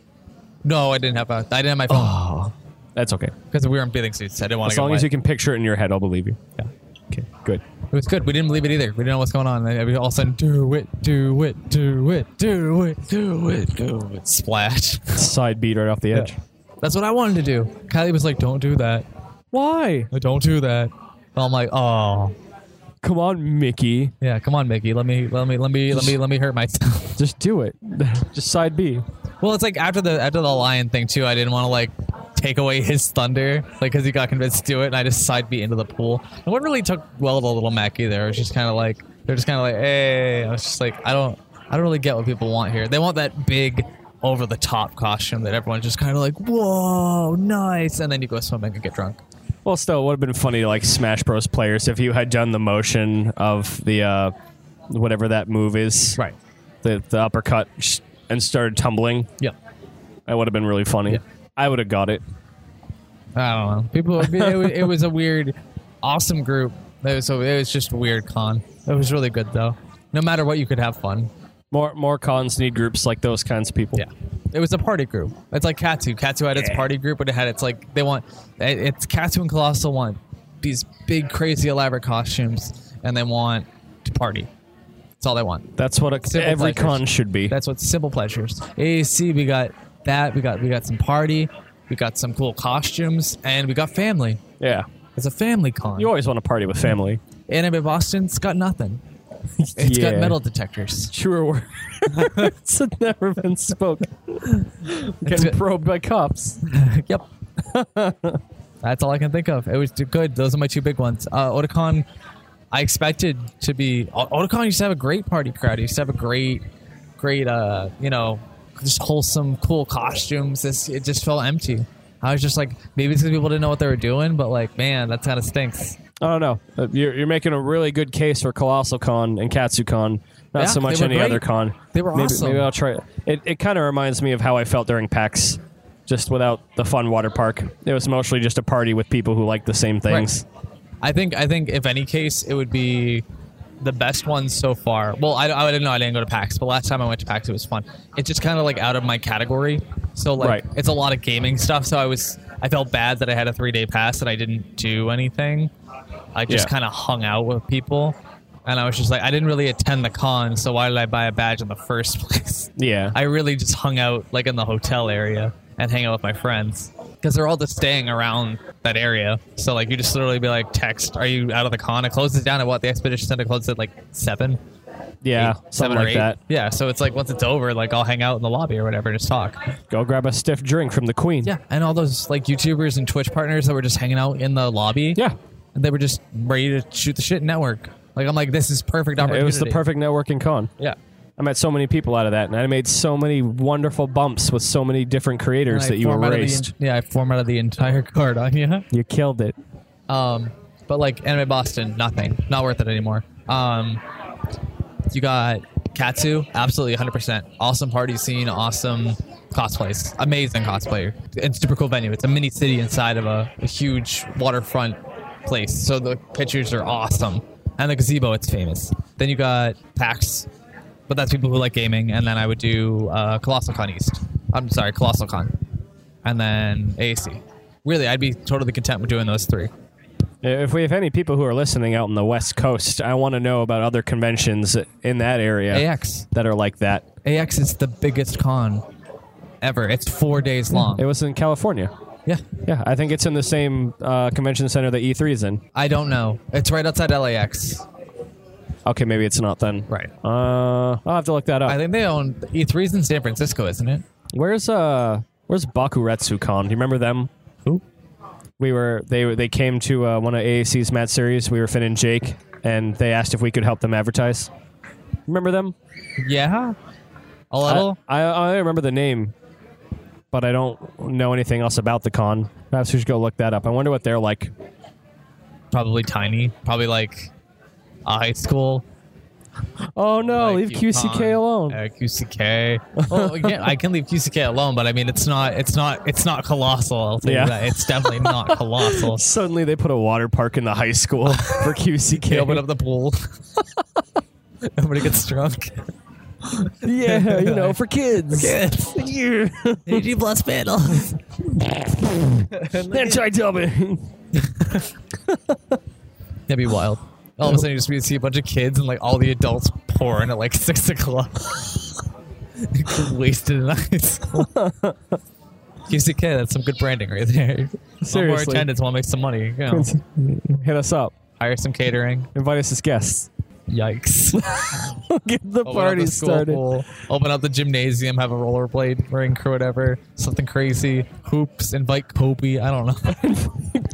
No, I didn't have a. I didn't have my phone That's okay. because we were in bathing suits. I didn't want to. As long get as you wet. can picture it in your head, I'll believe you. Yeah. Okay. Good. It was good. We didn't believe it either. We didn't know what's going on. And we all of a sudden, do it, do it, do it, do it, do it, do it. Splash. Side beat right off the edge. That's what I wanted to do. Kylie was like, don't do that. Why? Uh, Don't do that. And I'm like, oh, Come on, Mickey. yeah. Come on, Mickey. Let me, let me, let me, let me, let me hurt myself. Just do it. Just side B. well, it's like after the after the lion thing too. I didn't want to like take away his thunder, like because he got convinced to do it, and I just side beat into the pool. And what really took well to Little Mac either. It was just kind of like they're just kind of like, hey. I was just like, I don't, I don't really get what people want here. They want that big. Over the top costume that everyone's just kind of like, whoa, nice. And then you go swimming and get drunk. Well, still, it would have been funny to like Smash Bros. players if you had done the motion of the uh, whatever that move is, Right. The, the uppercut sh- and started tumbling. Yeah. That would have been really funny. Yeah. I would have got it. I don't know. People, it, wa- it was a weird, awesome group. It was, so it was just a weird con. It was really good though. No matter what, you could have fun. More more cons need groups like those kinds of people. Yeah, it was a party group. It's like Katsu. Katsu had its party group, but it had its like they want. it- It's Katsu and Colossal want these big, crazy, elaborate costumes, and they want to party. That's all they want. That's what a, Simple every pleasures. con should be. That's what simple pleasures. AAC, we got that. We got we got some party. We got some cool costumes, and we got family. yeah. It's a family con. You always want to party with family. Anime Boston's got nothing. It's Yeah. got metal detectors. Truer words have never been spoken. Getting good. probed by cops. yep. That's all I can think of. It was too good. Those are my two big ones. Uh, Otakon, I expected to be. O- Otakon used to have a great party crowd. He used to have a great, great, uh, you know, just wholesome, cool costumes. This It just felt empty. I was just like, maybe it's because people didn't know what they were doing, but like, man, that kind of stinks. I don't know. Uh, You're, you're making a really good case for Colossal Con and Katsu Con. Not Yeah, so much they were any great. other con. They were maybe, awesome. Maybe I'll try it. It, it kind of reminds me of how I felt during PAX, just without the fun water park. It was mostly just a party with people who like the same things. I think I think if any case, it would be the best one so far. Well, I, I didn't know I didn't go to PAX, but last time I went to PAX, it was fun. It's just kind of like out of my category, so like Right. it's a lot of gaming stuff. So I was I felt bad that I had a three day pass and I didn't do anything. I just Yeah. kind of hung out with people. and I was just like, I didn't really attend the con, so why did I buy a badge in the first place? Yeah. I really just hung out like in the hotel area and hang out with my friends because they're all just staying around that area. So like you just literally be like, text, are you out of the con? It closes down at what? The expedition center closes at like seven, yeah. eight, something seven like or eight. that. Yeah. So it's like once it's over, like I'll hang out in the lobby or whatever and just talk. Go grab a stiff drink from the queen. Yeah. And all those like YouTubers and Twitch partners that were just hanging out in the lobby. Yeah. And they were just ready to shoot the shit and network. Like I'm like, this is perfect opportunity. It was the perfect networking con. Yeah. I met so many people out of that, and I made so many wonderful bumps with so many different And creators I that you formatted the erased. en- yeah, I formatted the entire card on you. You killed it. Um, but like Anime Boston, nothing. Not worth it anymore. Um, you got Katsu, absolutely 100%. Awesome party scene, awesome cosplays, amazing cosplayer, and super cool venue. It's a mini city inside of a, a huge waterfront place, so the pictures are awesome. And the gazebo, it's famous. Then you got PAX, but that's people who like gaming. And then I would do uh, Colossal Con East. I'm sorry, Colossal Con, and then AAC. Really, I'd be totally content with doing those three. If we have any people who are listening out on the West Coast, I want to know about other conventions in that area AX. that are like that. AX is the biggest con ever. It's four days long. It was in California. yeah. Yeah, I think it's in the same uh, convention center that E3 is in. I don't know. It's right outside LAX. Okay, maybe it's not then. Right. Uh, I'll have to look that up. I think they own E3's in San Francisco, isn't it? Where's uh where's Bakuretsu Con? Do you remember them? Who? We were they they came to uh, one of AAC's Matt series. We were Finn and Jake, and they asked if we could help them advertise. Remember them? Yeah. A little. I, I I remember the name, but I don't know anything else about the con. Perhaps we should go look that up. I wonder what they're like. probably tiny. Probably like a high school. Oh no, leave like QCK UConn, alone. Uh, QCK. Well, yeah, I can leave QCK alone, but I mean, it's not. It's not. It's not colossal. I'll tell Yeah. you that. It's definitely not colossal. Suddenly they put a water park in the high school for They QCK. open up the pool. Everybody gets drunk. yeah, you know, for kids. Kids. Yeah. AG plus panels. Anti-dubbing. That'd be wild. All of a sudden, you just be- see a bunch of kids and like all the adults pouring at like six o'clock, wasted in high school. QCK, that's some good branding right there. One more Seriously. attendance, want to make some money. You know, Hit us up. hire some catering. Invite us as guests. Yikes! Get the Open up party Oh, the school started. pool, open up the gymnasium, have a rollerblade rink or whatever, something crazy. Hoops, invite Kobe. I don't know.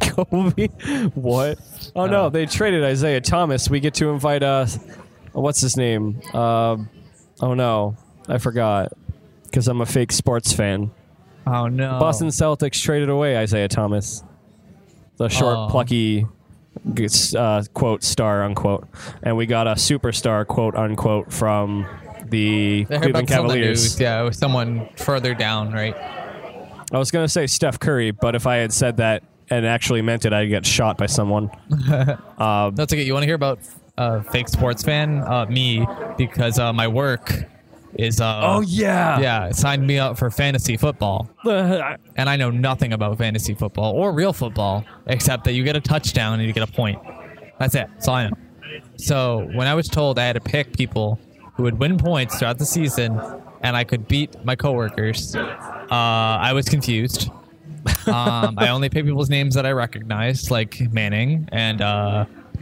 Kobe. What? Oh no, Uh, they traded Isaiah Thomas. We get to invite uh what's his name? Uh, oh no. I forgot. Because I'm a fake sports fan. Oh no! Boston Celtics traded away Isaiah Thomas. The short, Oh. plucky g- s- uh, quote star unquote. And we got a superstar quote unquote from the I heard Cleveland about this on the Cavaliers. news. Yeah, it was someone further down, right? I was going to say Steph Curry, but if I had said that and actually meant it, I'd get shot by someone. That's okay. You want to hear about uh, fake sports fan? Uh, me, because uh, my work is. Uh, Oh, yeah. Yeah, it signed me up for fantasy football, Yeah. and I know nothing about fantasy football or real football except that you get a touchdown and you get a point. That's it. That's all I know. So when I was told I had to pick people who would win points throughout the season, and I could beat my coworkers, uh, I was confused. um, I only picked people's names that I recognized, like Manning and uh, I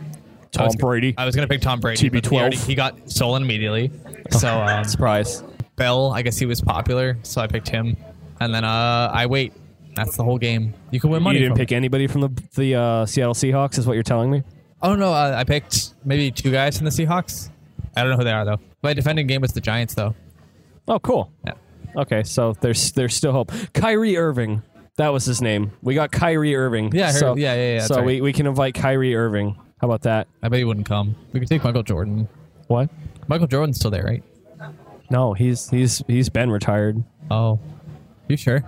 Tom was- Brady. I was gonna pick Tom Brady. but He, TB12. already- he got stolen immediately. So um, Surprise. Bell, I guess he was popular, so I picked him. And then uh, I wait. That's the whole game. You can win money. you didn't from pick it. anybody from the the uh, Seattle Seahawks, is what you're telling me? Oh no, uh, I picked maybe two guys from the Seahawks. I don't know who they are though. My defending game was the Giants though. Oh, cool. Yeah. Okay, so there's there's still hope. Kyrie Irving, that was his name. We got Kyrie Irving. Yeah, I heard- so, yeah, yeah, yeah, that's So right. we, we can invite Kyrie Irving. How about that? I bet he wouldn't come. We could take Michael Jordan. What? Michael Jordan's still there, right? No, he's he's he's been retired. Oh, you sure?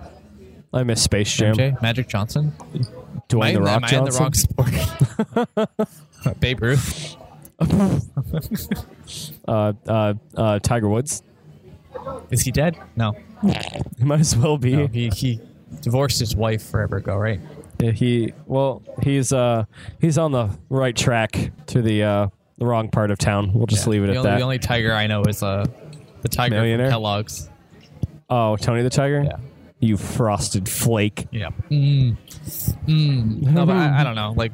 I miss Space Jam. MJ, Magic Johnson. Dwayne Am the I- Rock am I in the Johnson. wrong sport? Babe Ruth. uh, uh, uh, Tiger Woods. Is he dead? No. He might as well be. No, he he divorced his wife forever ago, right? Yeah, he well he's uh he's on the right track to the uh the wrong part of town. We'll just leave it the at only, that. The only tiger I know is uh, the tiger Millionaire? from Kellogg's. oh, Tony the Tiger. Yeah. You frosted flake. Yeah. Mm. Mm. No, but I, I don't know. Like,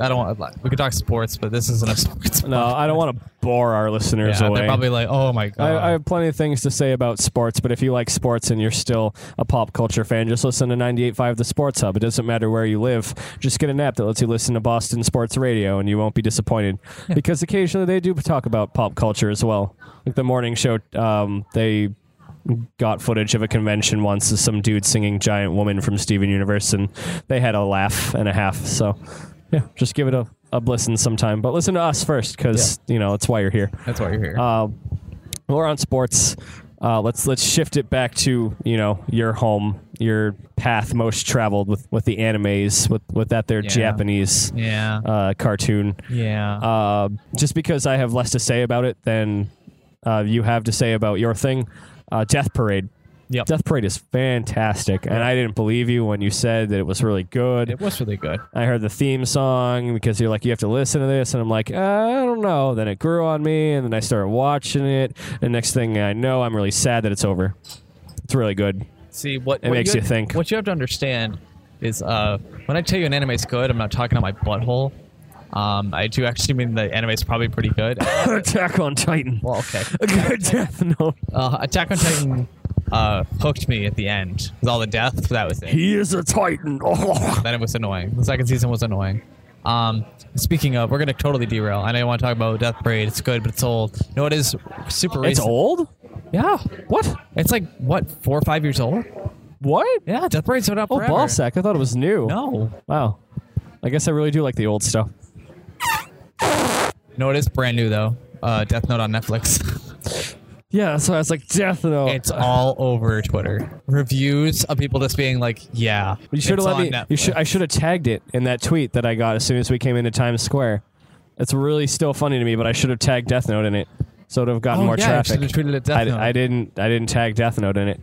I don't want. Like, we could talk sports, but this isn't a sports. No, I don't want to bore our listeners Yeah, away. they're probably like, oh my god. I, I have plenty of things to say about sports, but if you like sports and you're still a pop culture fan, just listen to 98.5 The Sports Hub. It doesn't matter where you live. Just get an app that lets you listen to Boston Sports Radio, and you won't be disappointed. Because occasionally they do talk about pop culture as well. Like the morning show, um, they got footage of a convention once of some dude singing Giant Woman from Steven Universe, and they had a laugh and a half. So, yeah, just give it a, a listen sometime. But listen to us first, because, you know, it's why you're here. That's why you're here. Uh, we're on sports. Uh, let's let's shift it back to you know your home, your path most traveled with, with the animes, with with that their Yeah. Japanese yeah. uh, cartoon. yeah. Uh, just because I have less to say about it than uh, you have to say about your thing, uh, Death Parade. yep. Death Parade is fantastic, and I didn't believe you when you said that it was really good. it was really good. I heard the theme song because you're like, you have to listen to this. And I'm like, uh, I don't know. Then it grew on me, and then I started watching it. And next thing I know, I'm really sad that it's over. It's really good. See what It what makes you have- think. What you have to understand is uh, when I tell you an anime's good, I'm not talking on my butthole. Um, I do actually mean the anime's probably pretty good. Attack on Titan. well, okay. Good death note. Uh, Attack on Titan uh, hooked me at the end with all the death. That was it. He is a Titan. then it was annoying. The second season was annoying. Um, speaking of, we're gonna totally derail. I know you want to talk about Death Parade. It's good, but it's old. No, it is super. it's recent. old? Yeah, What? it's like what four or five years old. What? Yeah, Death Parade's been up Oh, forever. ball sack. I thought it was new. No, Wow. I guess I really do like the old stuff. no, it is brand new though. Uh, Death Note on Netflix. Yeah, so I was like, Death Note. it's uh, all over Twitter. Reviews of people just being like, "Yeah, You should have it's let on me. You should. Netflix. I oh, should have tagged it in that tweet that I got as soon as we came into Times Square. It's really still funny to me, but I should have tagged Death Note in it, so it'd have gotten Oh, more yeah, you traffic. should've tweeted it Death I, Note. I didn't. I didn't tag Death Note in it.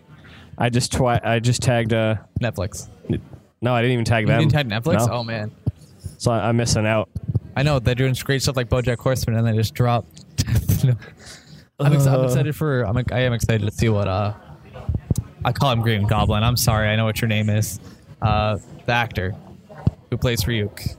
I just twi- I just tagged. Uh, Netflix. no, I didn't even tag You them. didn't type Netflix? No. Oh man, So I- I'm missing out. I know they're doing great stuff like BoJack Horseman, and they just drop. No. I'm, ex- I'm Uh. excited for. I'm, I am excited to see what. Uh, I call him Green Goblin. I'm sorry. I know what your name is. Uh, the actor who plays Ryuk,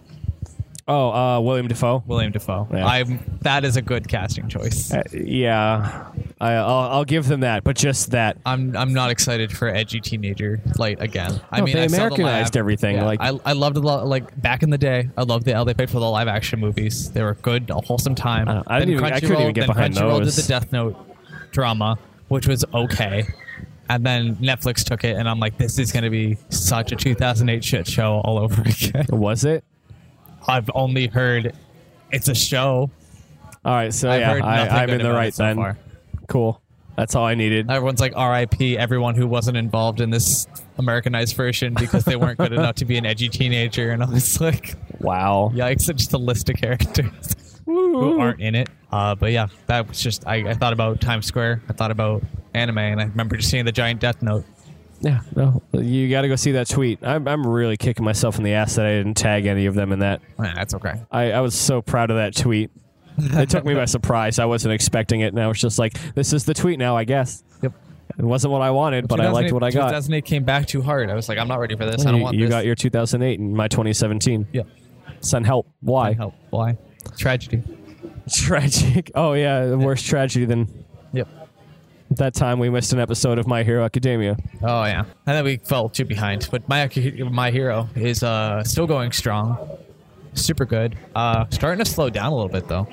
Oh, uh, William Defoe. William Defoe. Yeah. I'm. That is a good casting choice. Uh, yeah, I, I'll, I'll give them that, but just that. I'm. I'm not excited for edgy teenager light again. I No, mean, they I saw the Americanized live- everything, like- I, I loved a lot. Like back in the day, I loved the L they paid for the live action movies. They were good, a wholesome time. don't- I didn't even- Then I couldn't Crunchyroll- even get then behind Crunchyroll those. did the Death Note drama, which was okay, and then Netflix took it, and I'm like, this is going to be such a 2008 shit show all over again. Was it? I've only heard it's a show. All right, so I've Oh, yeah, heard nothing I, I'm good in the about right it so then. far. Cool. That's all I needed. Everyone's like R.I.P. Everyone who wasn't involved in this Americanized version because they weren't good enough to be an edgy teenager, and I was like. Wow. Yikes, it's just a list of characters who aren't in it. Uh, but yeah, that was just, I, I thought about Times Square. I thought about anime, and I remember just seeing the giant death note. Yeah, no, you got to go see that tweet. I'm, I'm really kicking myself in the ass that I didn't tag any of them in that. Eh, that's okay. I, I was so proud of that tweet. It took me by surprise. I wasn't expecting it, and I was just like, "This is the tweet now, I guess." Yep. It wasn't what I wanted, but I liked what I got. 2008 came back too hard. I was like, I'm not ready for this. I don't you want you this. got your 2008 and my 2017. Yeah. Send help. Why? Help. Why? Tragedy. Tragic. Oh yeah, worse tragedy than Yep. that time we missed an episode of My Hero Academia. Oh yeah, and then we fell too behind. But my my hero is uh, still going strong, super good. Uh, starting to slow down a little bit though.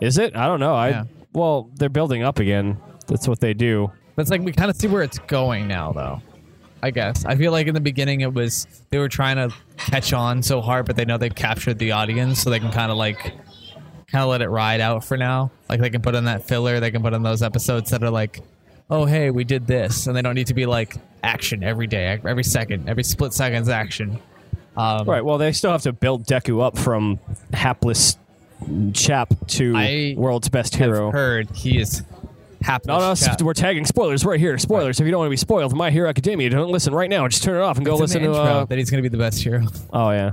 Is it? I don't know. I Yeah. well, they're building up again. That's what they do. But it's like we kind of see where it's going now, though. I guess I feel like in the beginning it was they were trying to catch on so hard, but they know they captured the audience, so they can kind of like kind of let it ride out for now. Like they can put in that filler, they can put in those episodes that are like, oh hey, we did this, and they don't need to be like action every day, every second, every split second's action. Um, Right. Well, they still have to build Deku up from hapless chap to I world's best I've hero. Oh, heard he is happy. No, no, s- we're tagging spoilers right here. Spoilers. If you don't want to be spoiled, My Hero Academia, don't listen right now. Just turn it off and go listen to. intro Uh, that he's gonna be the best hero. oh yeah,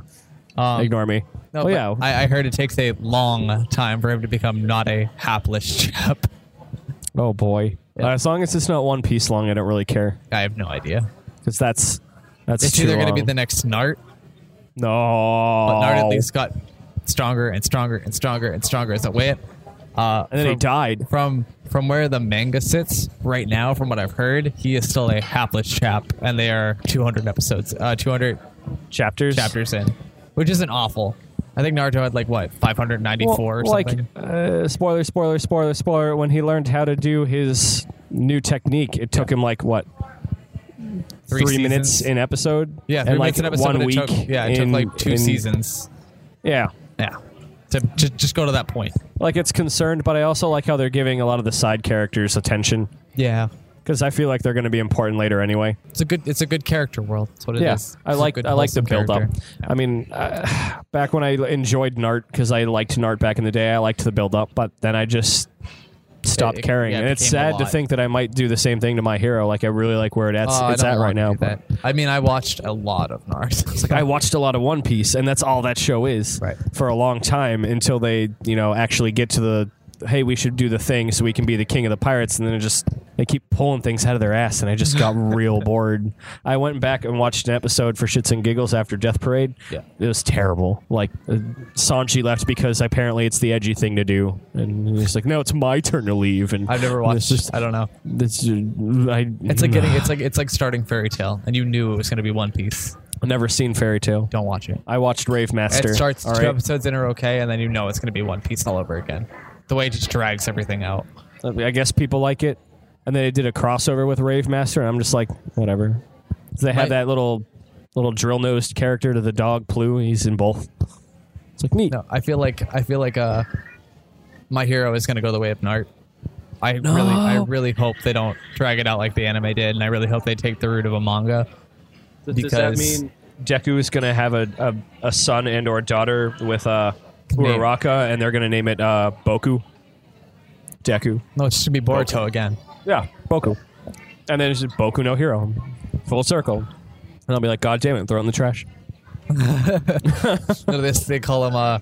Um, ignore me. No, Oh, but yeah. I, I heard it takes a long time for him to become not a hapless chap. Oh boy. Uh, as long as it's not one piece long, I don't really care I have no idea. because that's that's It's too either going to long. Oh. be the next Nart, no. but Nart at least got stronger and stronger and stronger and stronger as it went. Uh, and then he from- died. From from where the manga sits right now, from what I've heard, he is still a hapless chap, and they are 200 episodes, uh, 200 Chapters. chapters in, which isn't awful. I think Naruto had like what 594 Well, or like, something. uh, spoiler, spoiler, spoiler, spoiler. When he learned how to do his new technique, it took him like what three, minutes seasons. in episode. Yeah, and three like minutes an episode. one but it week. Took, yeah, it took in- like two in- seasons. Yeah, Yeah. To just, just go to that point. like it's concerned, but I also like how they're giving a lot of the side characters attention Yeah. because I feel like they're going to be important later anyway. It's a good it's a good character world. That's what it is. Yeah, I It's a like good, I like the wholesome build up. character. I mean, uh, back when I l- enjoyed Nart because I liked Nart back in the day, I liked the build up, but then I just stopped It- it- caring. yeah, it and it's became a sad to lot. think that I might do the same thing to my hero. Like I really like where it at, Oh, I it's don't at want right to now. do that. I mean, I watched a lot of Naruto. It's like I watched a lot of One Piece, and that's all that show is Right. for a long time until they, you know, actually get to the hey, we should do the thing so we can be the king of the pirates, and then it just they keep pulling things out of their ass, and I just got real bored. I went back and watched an episode for shits and giggles after Death Parade. Yeah. it was terrible. Like uh, Sanji left because apparently it's the edgy thing to do, and he's like, no, it's my turn to leave. And I've never and watched. It's just I don't know. it's, uh, I, It's like getting. It's like it's like starting Fairy Tale, and you knew it was going to be One Piece. I've never seen Fairy Tale. Don't watch it. I watched Rave Master. It starts all two right? episodes in are okay, and then you know it's going to be One Piece all over again. The way it just drags everything out. I guess people like it. And then they did a crossover with Rave Master, and I'm just like, whatever. 'Cause They Right. had that little little drill nosed character to the dog Plu. He's in both. It's like neat. No, I feel like I feel like uh, my hero is going to go the way of Nart. I really, I really hope they don't drag it out like the anime did, and I really hope they take the route of a manga. Does that because- mean Deku is gonna have a, a, a son and or daughter with uh, Name. Uraraka, and they're gonna name it uh, Boku? Deku. No, it should be Boruto again. Yeah, Boku. And then it's just Boku no hero, full circle. And I'll be like, God damn it, throw it in the trash. No, this they call him uh,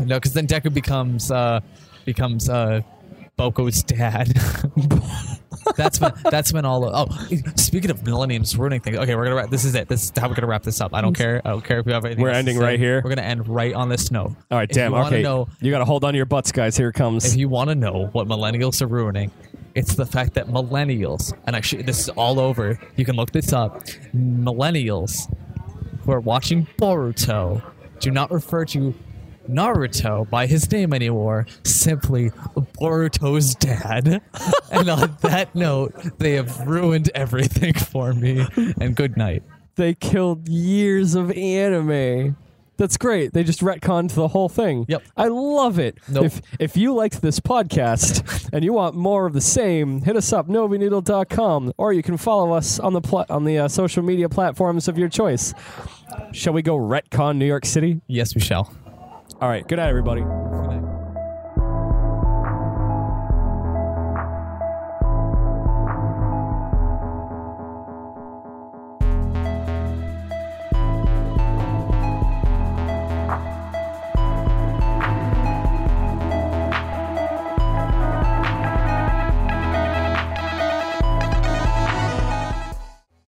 no, because then Deku becomes uh, becomes uh, Boko's dad. that's when that's when all of, oh, speaking of millenniums ruining things. Okay, we're gonna wrap. This is it. This is how we're gonna wrap this up. I don't care. I don't care if we have anything. We're else to ending say. right here? We're gonna end right on this note. All right, If damn. You wanna okay, Know, you gotta hold on to your butts, guys. Here it comes. if you want to know what millennials are ruining, it's the fact that millennials, and actually this is all over. You can look this up. Millennials who are watching Boruto do not refer to Naruto by his name anymore, simply Boruto's dad. and on that note, they have ruined everything for me. And good night. they killed years of anime. That's great. They just retconned the whole thing. Yep. I love it. Nope. If if you liked this podcast and you want more of the same, hit us up novinoodle.com or you can follow us on the pla- on the uh, social media platforms of your choice. Shall we go retcon New York City? Yes, we shall. All right. Good night everybody.